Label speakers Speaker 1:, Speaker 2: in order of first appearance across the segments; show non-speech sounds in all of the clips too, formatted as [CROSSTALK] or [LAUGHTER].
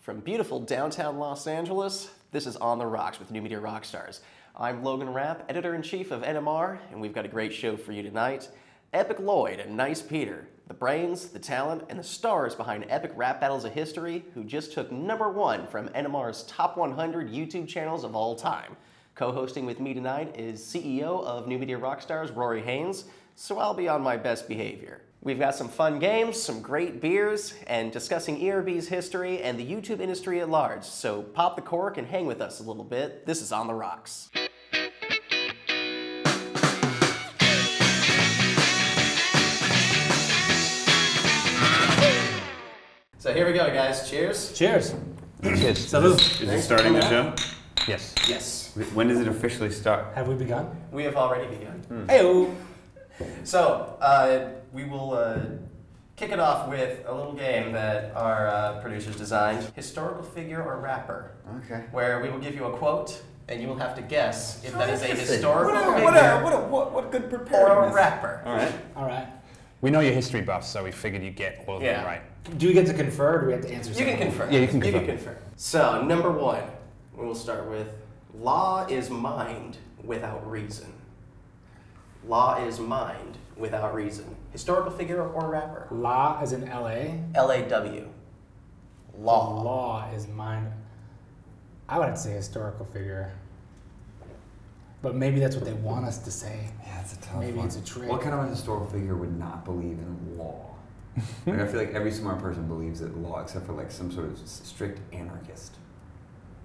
Speaker 1: From beautiful downtown Los Angeles, this is On the Rocks with New Media Rockstars. I'm Logan Rapp, editor in chief of NMR, and we've got a great show for you tonight. Epic Lloyd and Nice Peter, the brains, the talent, and the stars behind Epic Rap Battles of History, who just took number one from NMR's top 100 YouTube channels of all time. Co hosting with me tonight is CEO of New Media Rockstars, Rory Haynes, so I'll be on my best behavior. We've got some fun games, some great beers, and discussing ERB's history and the YouTube industry at large, so pop the cork and hang with us a little bit. This is On the Rocks. So here we go, guys. Cheers.
Speaker 2: Cheers.
Speaker 3: Yes.
Speaker 2: Salud.
Speaker 4: Is it starting the show?
Speaker 3: Yes.
Speaker 1: Yes.
Speaker 4: When does it officially start?
Speaker 2: Have we begun?
Speaker 1: We have already begun.
Speaker 2: Heyo.
Speaker 1: So, uh, we will uh, kick it off with a little game that our uh, producers designed historical figure or rapper,
Speaker 4: Okay.
Speaker 1: where we will give you a quote and you will have to guess if that is a
Speaker 4: Interesting.
Speaker 1: historical
Speaker 4: What a, what
Speaker 1: figure
Speaker 4: a, what a, what, what good
Speaker 1: or a
Speaker 4: preparedness.
Speaker 1: rapper.
Speaker 4: All right.
Speaker 2: All right.
Speaker 3: We know your history buffs, so we figured you get all of
Speaker 1: Yeah.
Speaker 3: them right.
Speaker 2: Do we get to confer or do we have to answer
Speaker 1: You can confirm.
Speaker 3: Yeah, you can
Speaker 1: You can
Speaker 3: confirm.
Speaker 1: confirm. So, number one, we will start with law is mind without reason. Law is mind without reason. Historical figure or rapper?
Speaker 2: La is in LA.
Speaker 1: L.A.W. Law.
Speaker 2: Law is mine. I would have to say historical figure. But maybe that's what they want us to say.
Speaker 5: Yeah, it's a tough
Speaker 2: Maybe
Speaker 5: one.
Speaker 2: it's a trick.
Speaker 5: What kind of a historical figure would not believe in
Speaker 2: [LAUGHS]
Speaker 5: law? like, I feel like every smart person believes in law, except for like some sort of s- strict anarchist.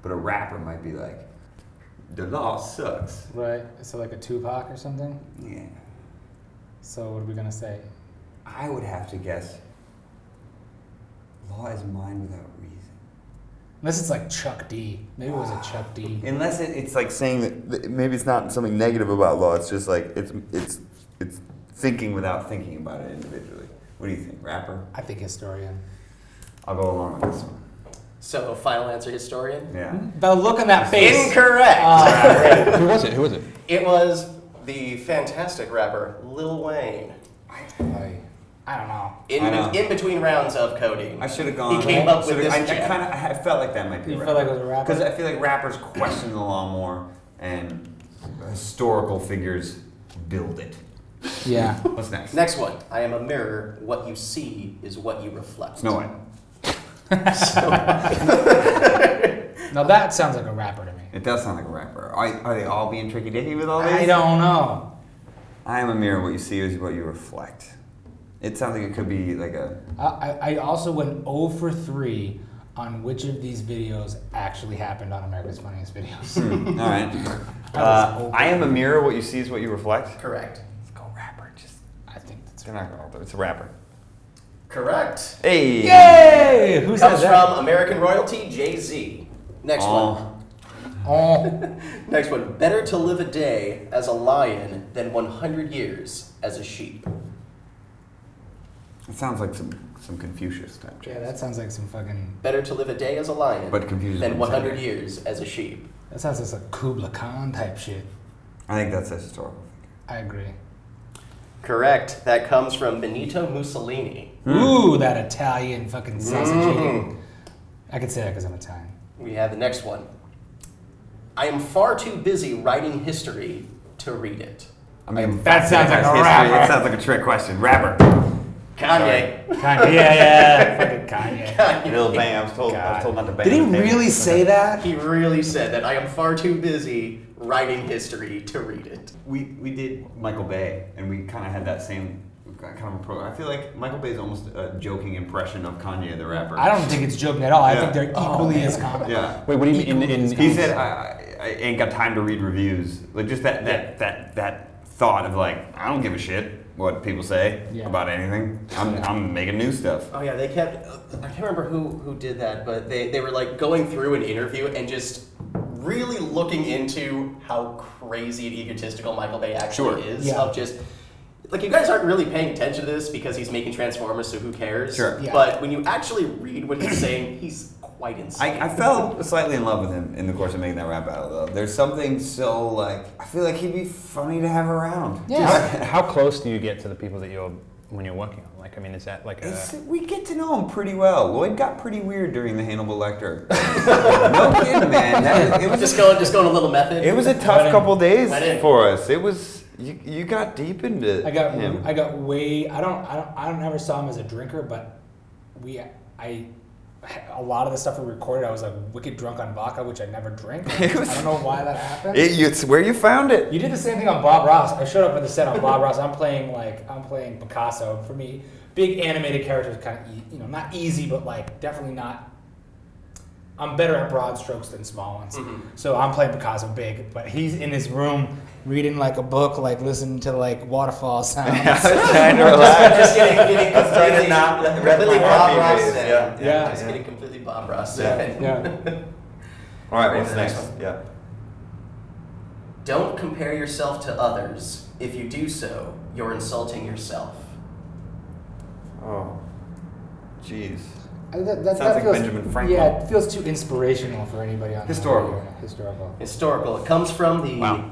Speaker 5: But a rapper might be like, the law sucks.
Speaker 2: Right? So like a Tupac or something?
Speaker 5: Yeah.
Speaker 2: So what are we gonna say?
Speaker 5: I would have to guess. Law is mine without reason.
Speaker 2: Unless it's like Chuck D. Maybe it was a Chuck D.
Speaker 6: Unless it, it's like saying that that maybe it's not something negative about law. It's just like it's it's it's
Speaker 5: Thinking without thinking about it individually. What do you think, rapper?
Speaker 2: I think historian.
Speaker 5: I'll go along with this one.
Speaker 1: So, final answer, historian?
Speaker 5: Yeah.
Speaker 2: The look on that face.
Speaker 1: [LAUGHS]
Speaker 2: Uh,
Speaker 1: Incorrect!
Speaker 5: Uh,
Speaker 3: Who was it? Who was it?
Speaker 1: It was the fantastic rapper Lil Wayne.
Speaker 2: Like, I don't know.
Speaker 1: In,
Speaker 5: I know.
Speaker 1: in between rounds of coding.
Speaker 5: I should have gone.
Speaker 1: He came up with
Speaker 5: should've-
Speaker 1: this
Speaker 5: I, I
Speaker 1: jab.
Speaker 5: kind of I felt like that might be.
Speaker 2: You felt like it was a rapper?
Speaker 5: Because I feel like rappers question the law more, and historical figures build it.
Speaker 2: Yeah.
Speaker 5: What's next?
Speaker 1: Next one. I am a mirror. What you see is what you reflect.
Speaker 5: Snow White.
Speaker 1: [LAUGHS]
Speaker 2: now that sounds like a rapper to me.
Speaker 5: It does sound like a rapper. Are, are they all being tricky dicky with all these?
Speaker 2: I don't know.
Speaker 5: I am a mirror. What you see is what you reflect. It sounds like it could be
Speaker 1: [LAUGHS]
Speaker 5: like a.
Speaker 2: I, I- I also went 0 for 3 on which of these videos actually happened on America's Funniest
Speaker 5: [LAUGHS]
Speaker 2: Videos.
Speaker 5: All right.
Speaker 2: was
Speaker 5: Uh,
Speaker 2: open.
Speaker 5: I am a mirror. What you see is what you reflect.
Speaker 1: Correct.
Speaker 5: Let's go rapper. Just
Speaker 2: I think that's
Speaker 5: they're not going to. It's a rapper.
Speaker 1: Correct.
Speaker 5: Hey.
Speaker 2: Yay! Who said
Speaker 1: Comes
Speaker 2: that?
Speaker 1: from American royalty, Jay Z. Next
Speaker 5: Oh.
Speaker 2: Oh,
Speaker 1: one. Next one. Better to live a day as a lion than 100 years as a sheep.
Speaker 5: It sounds like some some Confucius type
Speaker 2: yeah,
Speaker 5: shit.
Speaker 2: that sounds like some fucking.
Speaker 1: Better to live a day as a lion
Speaker 5: But confused
Speaker 1: than
Speaker 5: when you said
Speaker 1: 100
Speaker 5: that.
Speaker 1: years as a sheep.
Speaker 2: That sounds like some Kubla Khan type shit.
Speaker 5: I think that's a historical figure.
Speaker 2: I agree.
Speaker 1: Correct. That comes from Benito Mussolini.
Speaker 5: Hmm.
Speaker 2: Ooh, that Italian fucking sausage eating. I could say that because I'm Italian.
Speaker 1: We have the next one. I am far too busy writing history to read it.
Speaker 5: I mean,
Speaker 2: That sounds like a rapper.
Speaker 5: That sounds like a trick question. Rapper.
Speaker 1: Kanye.
Speaker 2: Kanye. Yeah, yeah, fucking
Speaker 5: [LAUGHS]
Speaker 2: Kanye.
Speaker 5: Lil Bang. I was told. I was told not to bang.
Speaker 2: Did he
Speaker 5: the table.
Speaker 2: really say that?
Speaker 1: [LAUGHS] He really said that I am far too busy writing history to read it.
Speaker 5: We we did Michael Bay, and we kind of had that same kind of approach. I feel like Michael Bay is almost a joking impression of Kanye the rapper.
Speaker 2: I don't think it's joking at all. I
Speaker 5: Yeah. Oh,
Speaker 2: think they're equally as common.
Speaker 5: Yeah.
Speaker 3: Wait, what do you mean? In, in,
Speaker 5: He said, I, I, "I ain't got time to read reviews." Like just that that that that thought of like, I don't give a shit what people say
Speaker 2: Yeah.
Speaker 5: about anything. I'm I'm making new stuff.
Speaker 1: Oh yeah, they kept. I can't remember who who did that, but they they were like going through an interview and just really looking into how crazy and egotistical Michael Bay actually
Speaker 5: Sure.
Speaker 1: is.
Speaker 2: Yeah.
Speaker 1: Of just like you guys aren't really paying attention to this because he's making Transformers, so who cares?
Speaker 5: Sure.
Speaker 2: Yeah.
Speaker 1: But when you actually read what he's saying, he's quite insane.
Speaker 5: I, I fell slightly in love with him in the course of making that rap battle, though. There's something so like I feel like he'd be funny to have around.
Speaker 2: Yeah.
Speaker 3: how close do you get to the people that you're when you're working on? Like, I mean, is that like a
Speaker 5: It's, we get to know him pretty well. Lloyd got pretty weird during the Hannibal Lecter. [LAUGHS] no kidding, man. That- it was
Speaker 1: Just going, just going a little method. [LAUGHS]
Speaker 5: It was a tough couple days
Speaker 1: Let in.
Speaker 5: for us. It was you, you got deep into
Speaker 2: I got
Speaker 5: him.
Speaker 2: I got way I don't I don't I don't ever saw him as a drinker, but we I a lot of the stuff we recorded I was like wicked drunk on vodka, which I never drink.
Speaker 5: [LAUGHS] It was-
Speaker 2: I don't know why that happened.
Speaker 5: It- you- it's where you found it.
Speaker 2: you did the same thing on Bob Ross. I showed up at the set on Bob Ross. I'm playing like I'm playing Picasso. For me, big animated characters kind of e- you know not easy, but like definitely not. I'm better at broad strokes than small ones.
Speaker 5: Mm-hmm.
Speaker 2: So I'm playing Picasso big, but he's in his room reading like a book, like listening to like waterfall
Speaker 5: [LAUGHS]
Speaker 2: sounds. [LAUGHS]
Speaker 5: I was trying to relax.
Speaker 1: just getting,
Speaker 5: [LAUGHS]
Speaker 1: getting
Speaker 5: I'm trying to
Speaker 1: completely,
Speaker 5: not let- rip
Speaker 1: completely
Speaker 5: my
Speaker 1: Bob
Speaker 5: heartbeat
Speaker 1: Ross.
Speaker 5: raise,
Speaker 1: in.
Speaker 5: yeah.
Speaker 2: Yeah.
Speaker 1: Just
Speaker 2: Yeah.
Speaker 1: getting completely Bob Ross.
Speaker 5: Yeah.
Speaker 1: in.
Speaker 2: Yeah.
Speaker 1: [LAUGHS]
Speaker 5: All right,
Speaker 1: Wait,
Speaker 5: what's
Speaker 1: the next
Speaker 5: next?
Speaker 1: one.
Speaker 5: Yeah.
Speaker 1: Don't compare yourself to others. If you do so, you're insulting yourself.
Speaker 5: Oh, jeez.
Speaker 2: I- That, that,
Speaker 5: Sounds
Speaker 2: that
Speaker 5: like
Speaker 2: feels,
Speaker 5: Benjamin Franklin.
Speaker 2: Yeah, it feels too inspirational for anybody on
Speaker 5: Historical.
Speaker 2: The historical.
Speaker 1: Historical. It comes from the
Speaker 3: Wow.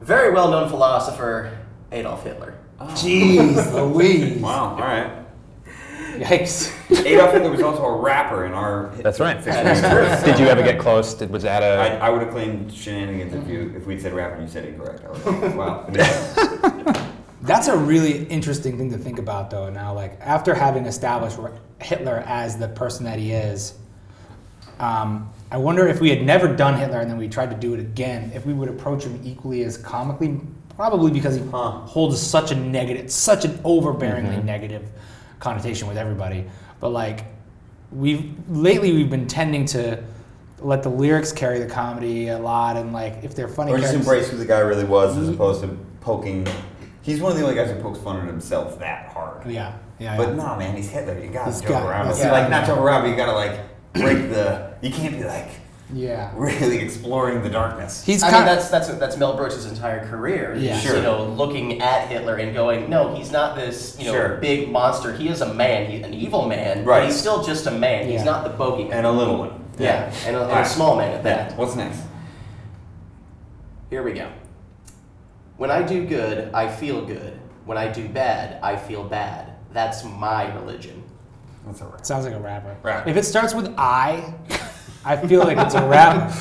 Speaker 1: very well known philosopher Adolf Hitler.
Speaker 2: Jeez Louise.
Speaker 5: Oh. Wow. All right.
Speaker 2: Yikes.
Speaker 5: Adolf Hitler was also a rapper in our.
Speaker 3: That's right.
Speaker 5: fiction.
Speaker 3: Did you ever get close? Did, was that
Speaker 5: I,
Speaker 3: a?
Speaker 5: I would have claimed shenanigans if you if we'd said rapper and you said incorrect. I would have, wow.
Speaker 2: That's a really interesting thing to think about, though. Now, like after having established Ro- Hitler as the person that he is, um, I wonder if we had never done Hitler and then we tried to do it again, if we would approach him equally as comically, probably because he holds such a negative, such an overbearingly
Speaker 5: Mm-hmm.
Speaker 2: negative connotation with everybody. But like, we've lately we've been tending to let the lyrics carry the comedy a lot, and like if they're funny,
Speaker 5: Or just
Speaker 2: characters-
Speaker 5: embrace who the guy really was as opposed to poking. He's one of the only guys who pokes fun at himself that hard.
Speaker 2: yeah, yeah,
Speaker 5: But
Speaker 2: yeah.
Speaker 5: nah, man, he's Hitler. You gotta
Speaker 2: He's
Speaker 5: joke
Speaker 2: got-
Speaker 5: around.
Speaker 2: that's
Speaker 5: See,
Speaker 2: it.
Speaker 5: like, not joke around, but you gotta, like, break the. You can't be, like,
Speaker 2: yeah.
Speaker 5: really exploring the darkness.
Speaker 2: He's
Speaker 1: I
Speaker 2: kind
Speaker 1: mean,
Speaker 2: of
Speaker 1: that's that's that's Mel Brooks' entire career.
Speaker 2: Yeah.
Speaker 1: Is,
Speaker 5: Sure.
Speaker 1: You know, looking at Hitler and going, no, he's not this you know
Speaker 5: Sure.
Speaker 1: big monster. He is a man. He's an evil man.
Speaker 5: Right.
Speaker 1: But he's still just a man.
Speaker 2: Yeah.
Speaker 1: He's not the bogeyman.
Speaker 5: And a little one.
Speaker 1: yeah. And, a, and a
Speaker 5: Alright.
Speaker 1: small man at that.
Speaker 5: What's next?
Speaker 1: Here we go. When I do good, I feel good. When I do bad, I feel bad. That's my religion.
Speaker 5: That's a wrap.
Speaker 2: Sounds like a rapper.
Speaker 5: Rap.
Speaker 2: If it starts with I, I feel like it's a rap.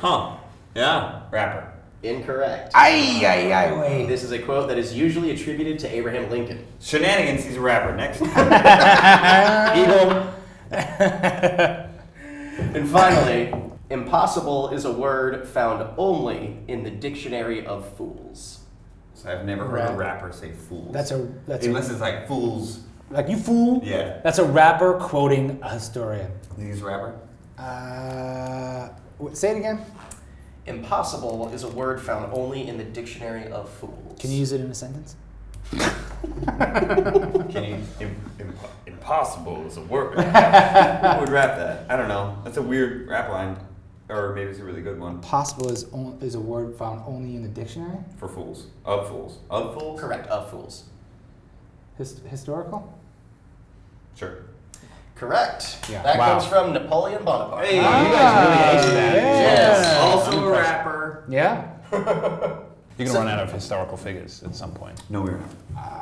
Speaker 5: Huh. Yeah. Rapper.
Speaker 1: Incorrect.
Speaker 2: Ay, ay, ay, [LAUGHS] wait.
Speaker 1: This is a quote that is usually attributed to Abraham Lincoln.
Speaker 5: Shenanigans, he's a rapper. Next.
Speaker 1: Eagle. and finally, impossible is a word found only in the dictionary of fools.
Speaker 5: so I've never heard a
Speaker 2: Rap.
Speaker 5: rapper say fools.
Speaker 2: [LAUGHS] That's a that's a,
Speaker 5: Unless it's like fools.
Speaker 2: like you fool.
Speaker 5: Yeah.
Speaker 2: That's a rapper quoting a historian.
Speaker 5: He's a rapper.
Speaker 2: Uh, wait, say it again.
Speaker 1: Impossible is a word found only in the dictionary of fools.
Speaker 2: Can you use it in a sentence?
Speaker 5: Can you? Im- imp- impossible is a [LAUGHS] word. Who would rap that? I don't know. That's a weird rap line, or maybe it's a really good one
Speaker 2: Possible is on, is a word found only in the dictionary.
Speaker 5: for fools. Of fools. Of fools.
Speaker 1: Correct, of fools.
Speaker 2: His, historical.
Speaker 5: Sure.
Speaker 1: Correct.
Speaker 2: Yeah.
Speaker 1: That
Speaker 3: Wow.
Speaker 1: comes from Napoleon Bonaparte.
Speaker 5: Hey,
Speaker 2: Ah,
Speaker 5: you guys really aced that.
Speaker 1: Yes.
Speaker 5: Also a rapper.
Speaker 2: Yeah.
Speaker 3: You're gonna run out of historical figures at some point.
Speaker 5: No, we're not.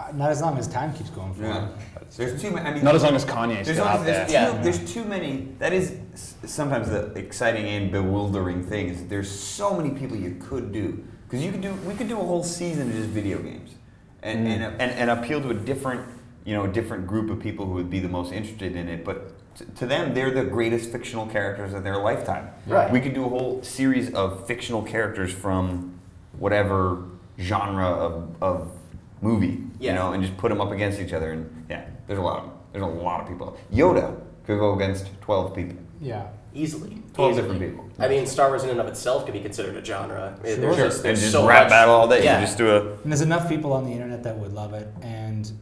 Speaker 2: Uh, not as long as time keeps going for.
Speaker 5: Yeah. There's too many. I mean,
Speaker 3: Not as long as Kanye's
Speaker 5: There's,
Speaker 3: still
Speaker 5: only-
Speaker 3: out
Speaker 5: there's
Speaker 3: there.
Speaker 5: too,
Speaker 1: Yeah.
Speaker 5: there's too many. That is s- sometimes the exciting and bewildering thing is that there's so many people you could do because you could do we could do a whole season of just video games and,
Speaker 3: Mm.
Speaker 5: and, and and appeal to a different you know a different group of people who would be the most interested in it, but. t- To them, they're the greatest fictional characters of their lifetime.
Speaker 1: Right.
Speaker 5: We could do a whole series of fictional characters from whatever genre of, of movie, you
Speaker 1: Yeah.
Speaker 5: know, and just put them up against each other. And yeah, there's a lot of 'em. There's a lot of people. Yoda could go against 12 people.
Speaker 2: Yeah.
Speaker 1: Easily.
Speaker 5: 12
Speaker 1: Easily.
Speaker 5: different people.
Speaker 1: I mean, Star Wars in and of itself could be considered a genre. Sure. There's
Speaker 5: Sure.
Speaker 1: just,
Speaker 5: and
Speaker 1: there's
Speaker 5: just
Speaker 1: so
Speaker 5: rap
Speaker 1: much-
Speaker 5: battle all day.
Speaker 1: Yeah.
Speaker 5: You just do a.
Speaker 2: And there's enough people on the internet that would love it. And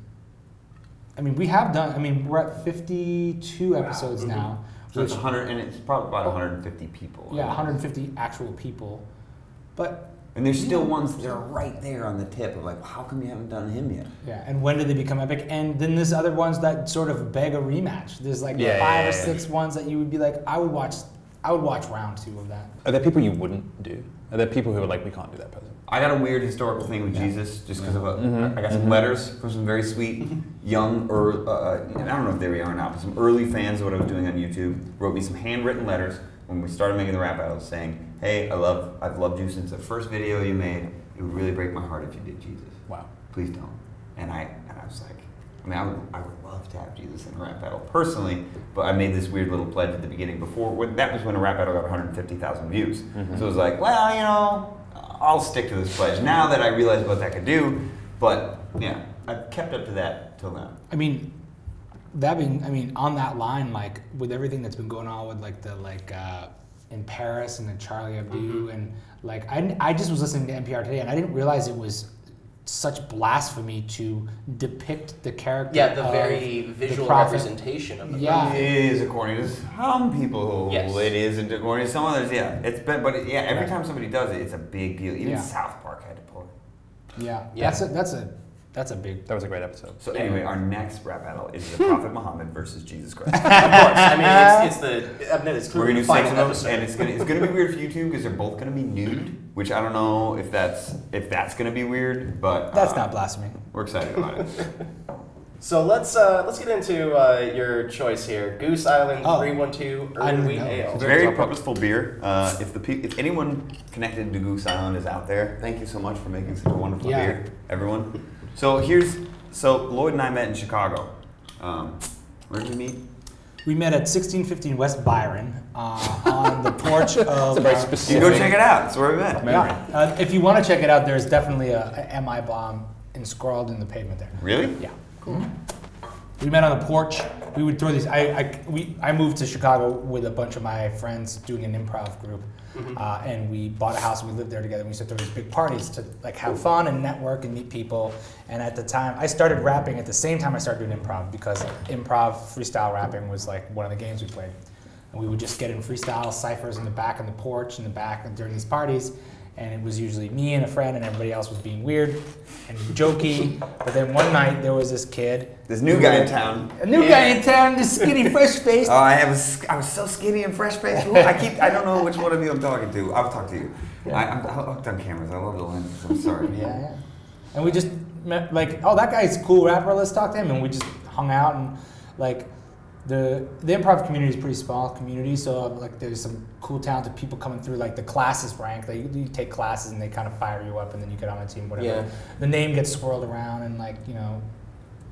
Speaker 2: I mean, we have done, I mean, we're at 52 episodes
Speaker 3: Mm-hmm.
Speaker 2: now.
Speaker 5: So it's
Speaker 2: which-
Speaker 5: 100, and it's probably about 150 people.
Speaker 2: yeah, 150 actual people. But
Speaker 5: And there's still ones that are right there on the tip of like, how come you haven't done him yet?
Speaker 2: yeah, and when did they become epic? And then there's other ones that sort of beg a rematch. There's like
Speaker 3: Yeah,
Speaker 2: five
Speaker 3: yeah,
Speaker 2: or
Speaker 3: yeah.
Speaker 2: six ones that you would be like, I would watch I would watch round two of that.
Speaker 3: Are there people you wouldn't do? Are there people who are like, we can't do that person?
Speaker 5: I got a weird historical thing with Jesus just because of a, I got some letters from some very sweet young or uh, and I don't know if they were young or not, but some early fans of what I was doing on YouTube wrote me some handwritten letters when we started making the rap battles saying, "Hey, I love I've loved you since the first video you made. It would really break my heart if you did Jesus.
Speaker 3: Wow.
Speaker 5: Please don't." And I and I was like, I mean, I would I would love to have Jesus in a rap battle personally, but I made this weird little pledge at the beginning before when that was when a rap battle got 150,000 views. So it was like, well, you know, I'll stick to this pledge now that I realize what that could do. But yeah, I've kept up to that till now.
Speaker 2: I mean, that being, I mean, on that line, like with everything that's been going on with like the like uh, in Paris and the Charlie Hebdo,
Speaker 1: Mm-hmm.
Speaker 2: and like I, I just was listening to NPR today, and I didn't realize it was such blasphemy to depict the character.
Speaker 1: Yeah, the
Speaker 2: of
Speaker 1: very
Speaker 2: Um, the
Speaker 1: visual
Speaker 2: prophet.
Speaker 1: representation of the
Speaker 2: Yeah.
Speaker 5: It is according to some people.
Speaker 1: Yes.
Speaker 5: It is according to some others. Yeah, it's been, but yeah, every time somebody does it, it's a big deal. Even
Speaker 2: Yeah.
Speaker 5: South Park had to pull it.
Speaker 2: Yeah,
Speaker 1: Yeah.
Speaker 2: that's a that's a that's a big.
Speaker 3: That was a great episode.
Speaker 5: So anyway, our next rap battle
Speaker 2: [LAUGHS]
Speaker 5: is the Prophet Muhammad versus Jesus
Speaker 1: [LAUGHS]
Speaker 5: Christ.
Speaker 1: Of course. I mean, it's, it's the. I mean, it's
Speaker 5: We're gonna
Speaker 1: clearly
Speaker 5: do
Speaker 1: the
Speaker 5: six
Speaker 1: final
Speaker 5: of those, and
Speaker 1: episode.
Speaker 5: it's gonna it's gonna be weird for you two because they're both gonna be nude, which I don't know if that's if that's gonna be weird, but
Speaker 2: That's
Speaker 5: uh,
Speaker 2: not blasphemy.
Speaker 5: We're
Speaker 2: [LAUGHS]
Speaker 5: excited about it.
Speaker 1: So let's uh, let's get into uh, your choice here. Goose Island
Speaker 2: Oh.
Speaker 1: three one two
Speaker 2: I
Speaker 1: Urban
Speaker 2: didn't
Speaker 1: Wheat
Speaker 2: know.
Speaker 5: It's
Speaker 1: Ale.
Speaker 5: a very purposeful beer. Uh, if the pe- if anyone connected to Goose Island is out there, thank you so much for making such a wonderful
Speaker 2: Yeah.
Speaker 5: beer, everyone. So here's so Lloyd and I met in Chicago. Um, where did we meet?
Speaker 2: We met at 1615 West Byron uh, on
Speaker 1: [LAUGHS]
Speaker 2: the porch of.
Speaker 3: Very
Speaker 2: uh,
Speaker 5: You
Speaker 3: specific.
Speaker 5: go check it out. That's where we met.
Speaker 2: yeah. Uh, if you want to check it out, there's definitely a, a MI bomb enscrawled in the pavement there.
Speaker 5: Really?
Speaker 2: Yeah. Cool. We met on the porch. We would throw these. I, I, we, I moved to Chicago with a bunch of my friends doing an improv group, uh, and we bought a house and we lived there together. And we used to throw these big parties to like have fun and network and meet people. And at the time, I started rapping at the same time I started doing improv because improv freestyle rapping was like one of the games we played. And we would just get in freestyle ciphers in the back on the porch in the back during these parties. And it was usually me and a friend, and everybody else was being weird and jokey. But then one night there was this kid,
Speaker 5: This new guy in town.
Speaker 2: a new guy in town, this skinny, fresh face.
Speaker 5: Oh, I have a sk- I was so skinny and fresh faced. Who- I keep. I don't know which one of you I'm talking to. I'll talk to you. I, I'm I'm hooked on cameras. I love the lenses. I'm sorry.
Speaker 2: [LAUGHS] Yeah, yeah. And we just met, like, oh, that guy's a cool rapper. Let's talk to him. And we just hung out and like the the improv community is a pretty small community. So um, like, there's some cool talented people coming through. Like the classes rank. Like you, you take classes and they kind of fire you up, and then you get on a team. Whatever.
Speaker 1: Yeah.
Speaker 2: The name gets swirled around, and like you know.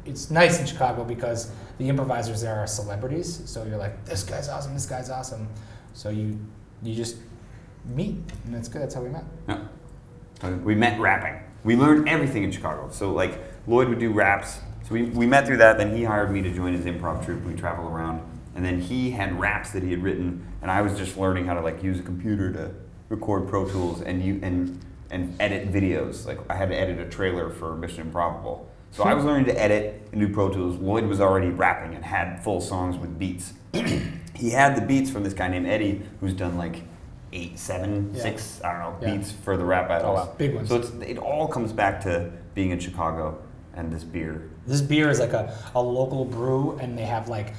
Speaker 2: It's nice in Chicago because the improvisers there are celebrities, so you're like, this guy's awesome, this guy's awesome, so you you just meet, and that's good. That's how we met.
Speaker 5: No. Uh, We met rapping. We learned everything in Chicago. So like Lloyd would do raps. So we, we met through that. Then he hired me to join his improv troupe. We traveled around, and then he had raps that he had written, and I was just learning how to like use a computer to record Pro Tools and you and and edit videos. Like I had to edit a trailer for Mission Improbable. So I was learning to edit and do Pro Tools. Lloyd was already rapping and had full songs with beats. [CLEARS THROAT] he had the beats from this guy named Eddie, who's done like eight, seven,
Speaker 2: Yeah.
Speaker 5: six, I don't know,
Speaker 2: Yeah. Oh,
Speaker 5: beats for the rap battles.
Speaker 2: wow. Big ones.
Speaker 5: So it's, it all comes back to being in Chicago and this beer.
Speaker 2: This beer is like a, a local brew, and they have like,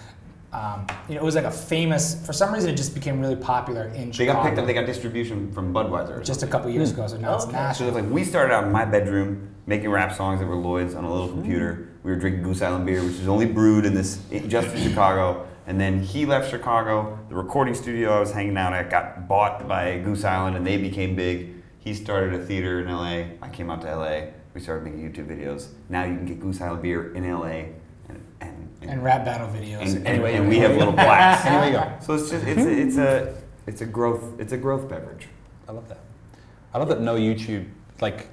Speaker 2: um, you know, it was like a famous. For some reason, it just became really popular in
Speaker 5: They
Speaker 2: Chicago.
Speaker 5: got picked up. They got distribution from Budweiser. or
Speaker 2: just a couple years ago, so now it's
Speaker 1: Okay.
Speaker 5: So
Speaker 2: national.
Speaker 5: it's like we started out in my bedroom making rap songs that were Lloyd's on a little computer. We were drinking Goose Island beer, which is only brewed in this just in Chicago. And then he left Chicago. The recording studio I was hanging out at got bought by Goose Island, and they became big. He started a theater in LA. I came out to LA. We started making YouTube videos. Now you can get Goose Island beer in LA, and and,
Speaker 2: And rap battle videos.
Speaker 5: and,
Speaker 2: Anyway,
Speaker 5: and we have little blacks.
Speaker 3: Anyway, go.
Speaker 5: So it's just it's a, it's a it's a growth it's a growth beverage.
Speaker 3: I love that. I love that no YouTube like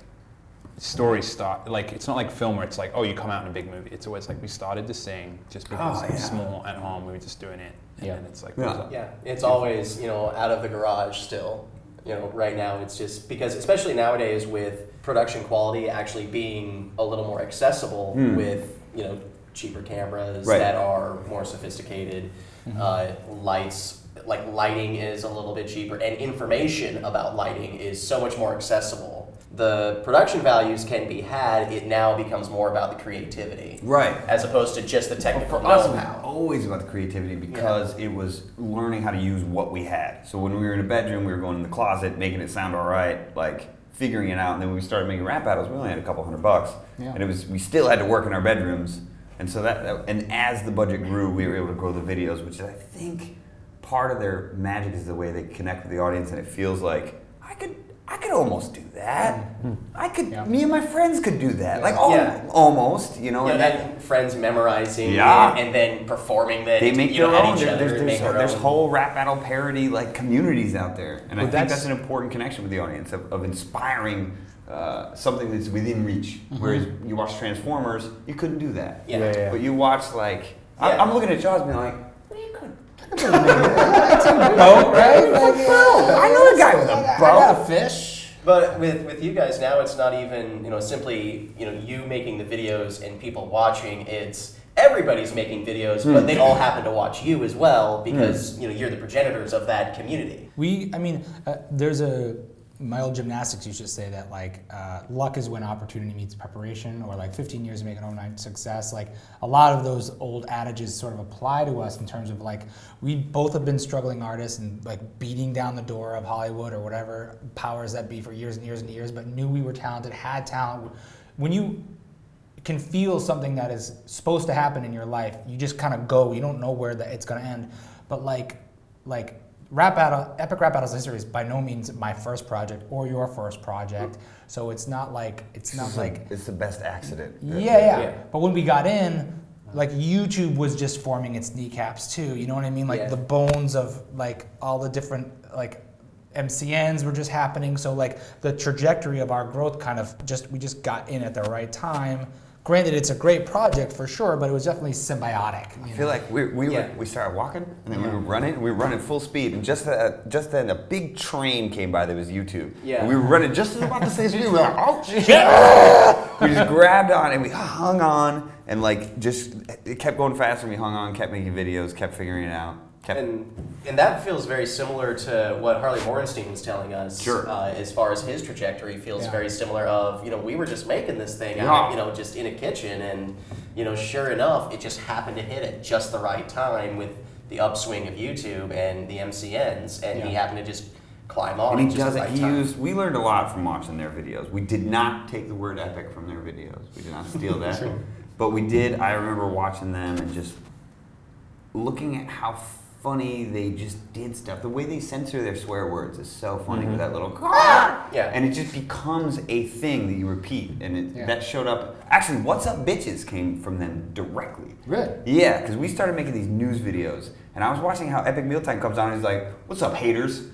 Speaker 3: stories start like it's not like film where it's like oh you come out in a big movie. It's always like we started this thing just because
Speaker 5: Oh,
Speaker 3: it's
Speaker 5: yeah.
Speaker 3: small at home we were just doing it and
Speaker 2: Yeah.
Speaker 3: then it's like
Speaker 5: Yeah.
Speaker 3: goes up.
Speaker 1: Yeah, it's always you know out of the garage still. You know, right now it's just because especially nowadays with production quality actually being a little more accessible with you know cheaper cameras
Speaker 5: Hmm. Right.
Speaker 1: that are more sophisticated,
Speaker 5: Mm-hmm.
Speaker 1: uh, lights like lighting is a little bit cheaper and information about lighting is so much more accessible. The production values can be had. It now becomes more about the creativity
Speaker 5: Right.
Speaker 1: as opposed to just the
Speaker 5: But
Speaker 1: technical
Speaker 5: for us,
Speaker 1: know-how.
Speaker 5: always about the creativity because it was learning how to use what we had. So when we were in a bedroom, we were going in the closet, making it sound all right, like figuring it out. And then when we started making rap battles, we only had a couple hundred bucks,
Speaker 3: Yeah.
Speaker 5: and it was we still had to work in our bedrooms. And so that, that and as the budget grew, we were able to grow the videos, which is, I think part of their magic is the way they connect with the audience, and it feels like I could. I could almost do that. I could.
Speaker 3: Yeah.
Speaker 5: Me and my friends could do that. Like, al-
Speaker 1: Yeah.
Speaker 5: almost, you know.
Speaker 1: Yeah,
Speaker 5: and that-
Speaker 1: then friends memorizing
Speaker 5: Yeah.
Speaker 1: it and then performing that
Speaker 5: they make
Speaker 1: you know,
Speaker 5: their
Speaker 1: at
Speaker 5: own.
Speaker 1: each
Speaker 5: There-
Speaker 1: other
Speaker 5: There's,
Speaker 1: and
Speaker 5: there's,
Speaker 1: make their
Speaker 5: there's
Speaker 1: own.
Speaker 5: whole rap battle parody like communities out there, and I
Speaker 3: Well,
Speaker 5: think that's,
Speaker 3: that's-
Speaker 5: an important connection with the audience of, of inspiring uh, something that's within reach. Whereas you watch Transformers, you couldn't do that.
Speaker 1: Yeah. Yeah,
Speaker 3: yeah.
Speaker 5: But you watch like I,
Speaker 1: Yeah.
Speaker 5: I'm looking at Jaws, being like, [LAUGHS]
Speaker 2: boat, right? Like,
Speaker 5: "Bow! I know a guy with
Speaker 2: I
Speaker 5: a
Speaker 2: got
Speaker 5: bow.
Speaker 2: a fish.
Speaker 1: But with, with you guys now, it's not even you know simply you know you making the videos and people watching. It's everybody's making videos,
Speaker 5: Hmm.
Speaker 1: but they all happen to watch you as well because you know you're the progenitors of that community.
Speaker 2: We, I mean, uh, there's a my old gymnastics used to say that like uh, luck is when opportunity meets preparation, or like 15 years to make an overnight success. Like a lot of those old adages sort of apply to us in terms of like we both have been struggling artists and like beating down the door of Hollywood or whatever powers that be for years and years and years, but knew we were talented, had talent. When you can feel something that is supposed to happen in your life. You just kind of go. You don't know where that it's gonna end. But like, like rap battle, epic rap battles history is by no means my first project or your first project. So it's not like it's not
Speaker 5: [LAUGHS]
Speaker 2: like
Speaker 5: It's the best accident.
Speaker 2: yeah, yeah,
Speaker 1: Yeah.
Speaker 2: But when we got in, like YouTube was just forming its kneecaps too. You know what I mean? Like
Speaker 1: Yeah.
Speaker 2: the bones of like all the different like MCNs were just happening. So like the trajectory of our growth kind of just we just got in at the right time. Granted, it's a great project for sure, but it was definitely symbiotic. you
Speaker 5: I
Speaker 2: know?
Speaker 5: feel like we, we,
Speaker 1: Yeah.
Speaker 5: were, we started walking and then we were running and we were running full speed and just uh, just then a big train came by that was YouTube.
Speaker 1: Yeah.
Speaker 5: And we were running just as about to say something, we were like,
Speaker 1: [LAUGHS]
Speaker 5: oh shit! we just grabbed on and we hung on and like just it kept going faster and we hung on, kept making videos, kept figuring it out, kept
Speaker 1: And and that feels very similar to what Harley Morenstein was telling us.
Speaker 5: Sure.
Speaker 1: Uh, as far as his trajectory feels
Speaker 2: Yeah.
Speaker 1: very similar. Of you know we were just making this thing
Speaker 5: Yeah.
Speaker 1: out you know just in a kitchen and you know sure enough it just happened to hit at just the right time with the upswing of YouTube and the MCNs and he
Speaker 2: Yeah.
Speaker 1: happened to just climb on.
Speaker 5: and he
Speaker 1: at just
Speaker 5: does
Speaker 1: the
Speaker 5: it.
Speaker 1: right
Speaker 5: He
Speaker 1: time. [LAUGHS]
Speaker 5: used. We learned a lot from watching their videos. We did not take the word epic from their videos. We did not steal
Speaker 2: [LAUGHS]
Speaker 5: that. But we did. I remember watching them and just looking at how funny they just did stuff. The way they censor their swear words is so funny
Speaker 2: Mm-hmm.
Speaker 5: with that little.
Speaker 1: Yeah.
Speaker 5: [LAUGHS] And it just becomes a thing that you repeat, and it,
Speaker 2: Yeah.
Speaker 5: that showed up. Actually, "What's Up, Bitches" came from them directly.
Speaker 2: Really?
Speaker 5: Yeah, because we started making these news videos, and I was watching how Epic Mealtime comes on. And he's like, "What's up, haters?"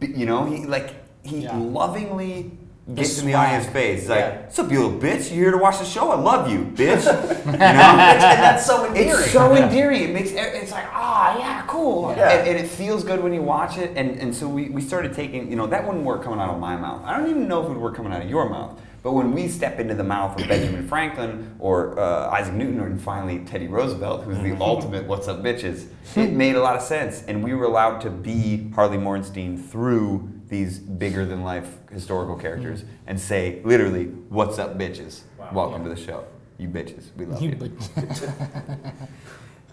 Speaker 5: B- You know, he like he
Speaker 2: Yeah.
Speaker 5: lovingly
Speaker 2: The
Speaker 5: gets in the
Speaker 2: swag.
Speaker 5: audience's face. He's like,
Speaker 1: Yeah.
Speaker 5: "What's up, you little bitch? You here to watch the show? I love you,
Speaker 2: [LAUGHS]
Speaker 5: bitch." you know,
Speaker 1: and that's so endearing.
Speaker 5: It's so endearing. It makes e- it's like ah yeah cool.
Speaker 1: Yeah.
Speaker 5: And, and it feels good when you watch it. And and so we, we started taking you know that wouldn't work coming out of my mouth. I don't even know if it would work coming out of your mouth. But when we step into the mouth of Benjamin Franklin or uh, Isaac Newton or and finally Teddy Roosevelt, who's the ultimate what's up bitches, it made a lot of sense. And we were allowed to be Harley Morenstein through these bigger than life historical characters and say literally what's up bitches. Welcome to the show. You bitches, we love you.
Speaker 2: [LAUGHS] You-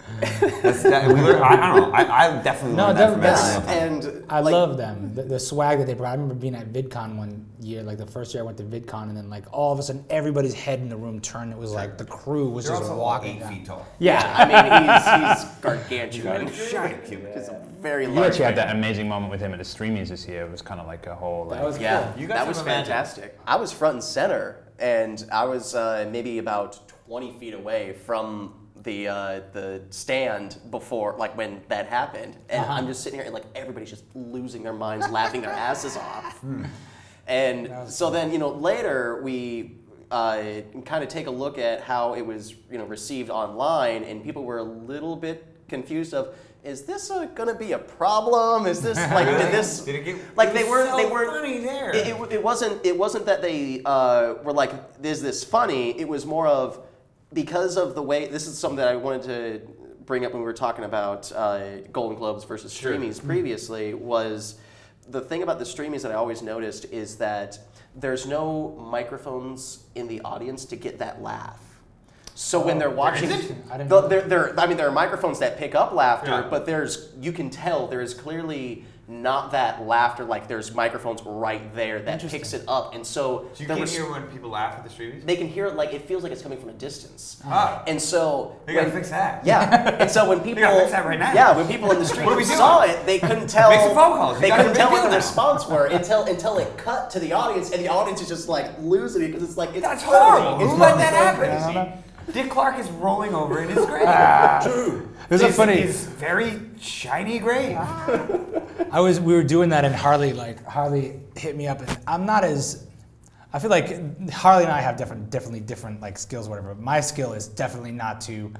Speaker 1: [LAUGHS]
Speaker 2: but-
Speaker 5: That's, that, we learned, I, I don't know. I, I definitely
Speaker 2: No,
Speaker 5: learned
Speaker 2: that-
Speaker 5: that from
Speaker 2: that's-
Speaker 5: Matt.
Speaker 1: And
Speaker 2: I
Speaker 1: like,
Speaker 2: love them. The, the swag that they brought. I remember being at VidCon one year, like the first year I went to VidCon, and then like all of a sudden everybody's head in the room turned. It was like the crew was just walking. down.
Speaker 1: [LAUGHS]
Speaker 5: tall.
Speaker 2: Yeah.
Speaker 1: I mean, he's, he's gargantuan.
Speaker 5: Giant human.
Speaker 1: [LAUGHS] He's a very
Speaker 3: You
Speaker 1: large.
Speaker 3: actually had
Speaker 1: man.
Speaker 3: that amazing moment with him at the streamies this year. It was kind of like a whole like.
Speaker 2: That was
Speaker 1: Yeah,
Speaker 2: cool.
Speaker 5: You guys
Speaker 1: that was
Speaker 5: have a magic.
Speaker 1: fantastic. I was front and center, and I was uh, maybe about 20 feet away from the uh, the stand before, like when that happened. And I'm just sitting here, and like everybody's just losing their minds, laughing their asses
Speaker 5: [LAUGHS]
Speaker 1: off.
Speaker 5: Hmm.
Speaker 1: And so then, you know, later we uh, kind of take a look at how it was, you know, received online, and people were a little bit confused of. Is this uh going to be a problem? Is this like did this
Speaker 5: Did it get-
Speaker 1: like
Speaker 5: it
Speaker 1: they
Speaker 5: was
Speaker 1: weren't
Speaker 5: so
Speaker 1: they weren't
Speaker 5: funny there.
Speaker 1: It, it, it wasn't it wasn't that they uh, were like is this funny? It was more of because of the way this is something that I wanted to bring up when we were talking about uh, Golden Globes versus Streamies
Speaker 2: Mm-hmm.
Speaker 1: previously was the thing about the Streamies that I always noticed is that there's no microphones in the audience to get that laugh. So when they're watching,
Speaker 2: is it? Oh, I didn't
Speaker 1: the,
Speaker 2: know
Speaker 1: there, there, I mean, there are microphones that pick up laughter,
Speaker 4: Yeah.
Speaker 1: but there's you can tell there is clearly not that laughter. Like there's microphones right there that picks it up, and so,
Speaker 4: So you
Speaker 1: the
Speaker 4: can
Speaker 1: res-
Speaker 4: hear when people laugh at the street?
Speaker 1: they can hear it. Like it feels like it's coming from a distance,
Speaker 4: Ah,
Speaker 1: and so
Speaker 4: they gotta
Speaker 1: when-
Speaker 4: fix that.
Speaker 1: Yeah,
Speaker 4: [LAUGHS]
Speaker 1: and so when people
Speaker 4: gotta fix that right now.
Speaker 1: yeah, when people in
Speaker 4: [LAUGHS]
Speaker 1: the
Speaker 4: What are we
Speaker 1: street
Speaker 4: doing?
Speaker 1: saw it, they couldn't tell.
Speaker 4: Make some phone calls. You
Speaker 1: They
Speaker 4: gotta
Speaker 1: couldn't
Speaker 4: make a
Speaker 1: tell
Speaker 4: deal
Speaker 1: what the
Speaker 4: now.
Speaker 1: response were until until it cut to the audience, and the audience is just like losing it because it's like it's
Speaker 4: That's
Speaker 1: incredible.
Speaker 4: horrible. Who let that happen?
Speaker 2: Yeah, I don't
Speaker 4: Is he- Dick Clark is rolling over in
Speaker 1: [LAUGHS]
Speaker 4: his grave. True.
Speaker 2: There's a funny-
Speaker 4: His very shiny grave.
Speaker 1: Ah.
Speaker 2: I was we were doing that and Harley like Harley hit me up and I'm not as I feel like Harley and I have different definitely different like skills whatever. My skill is definitely not to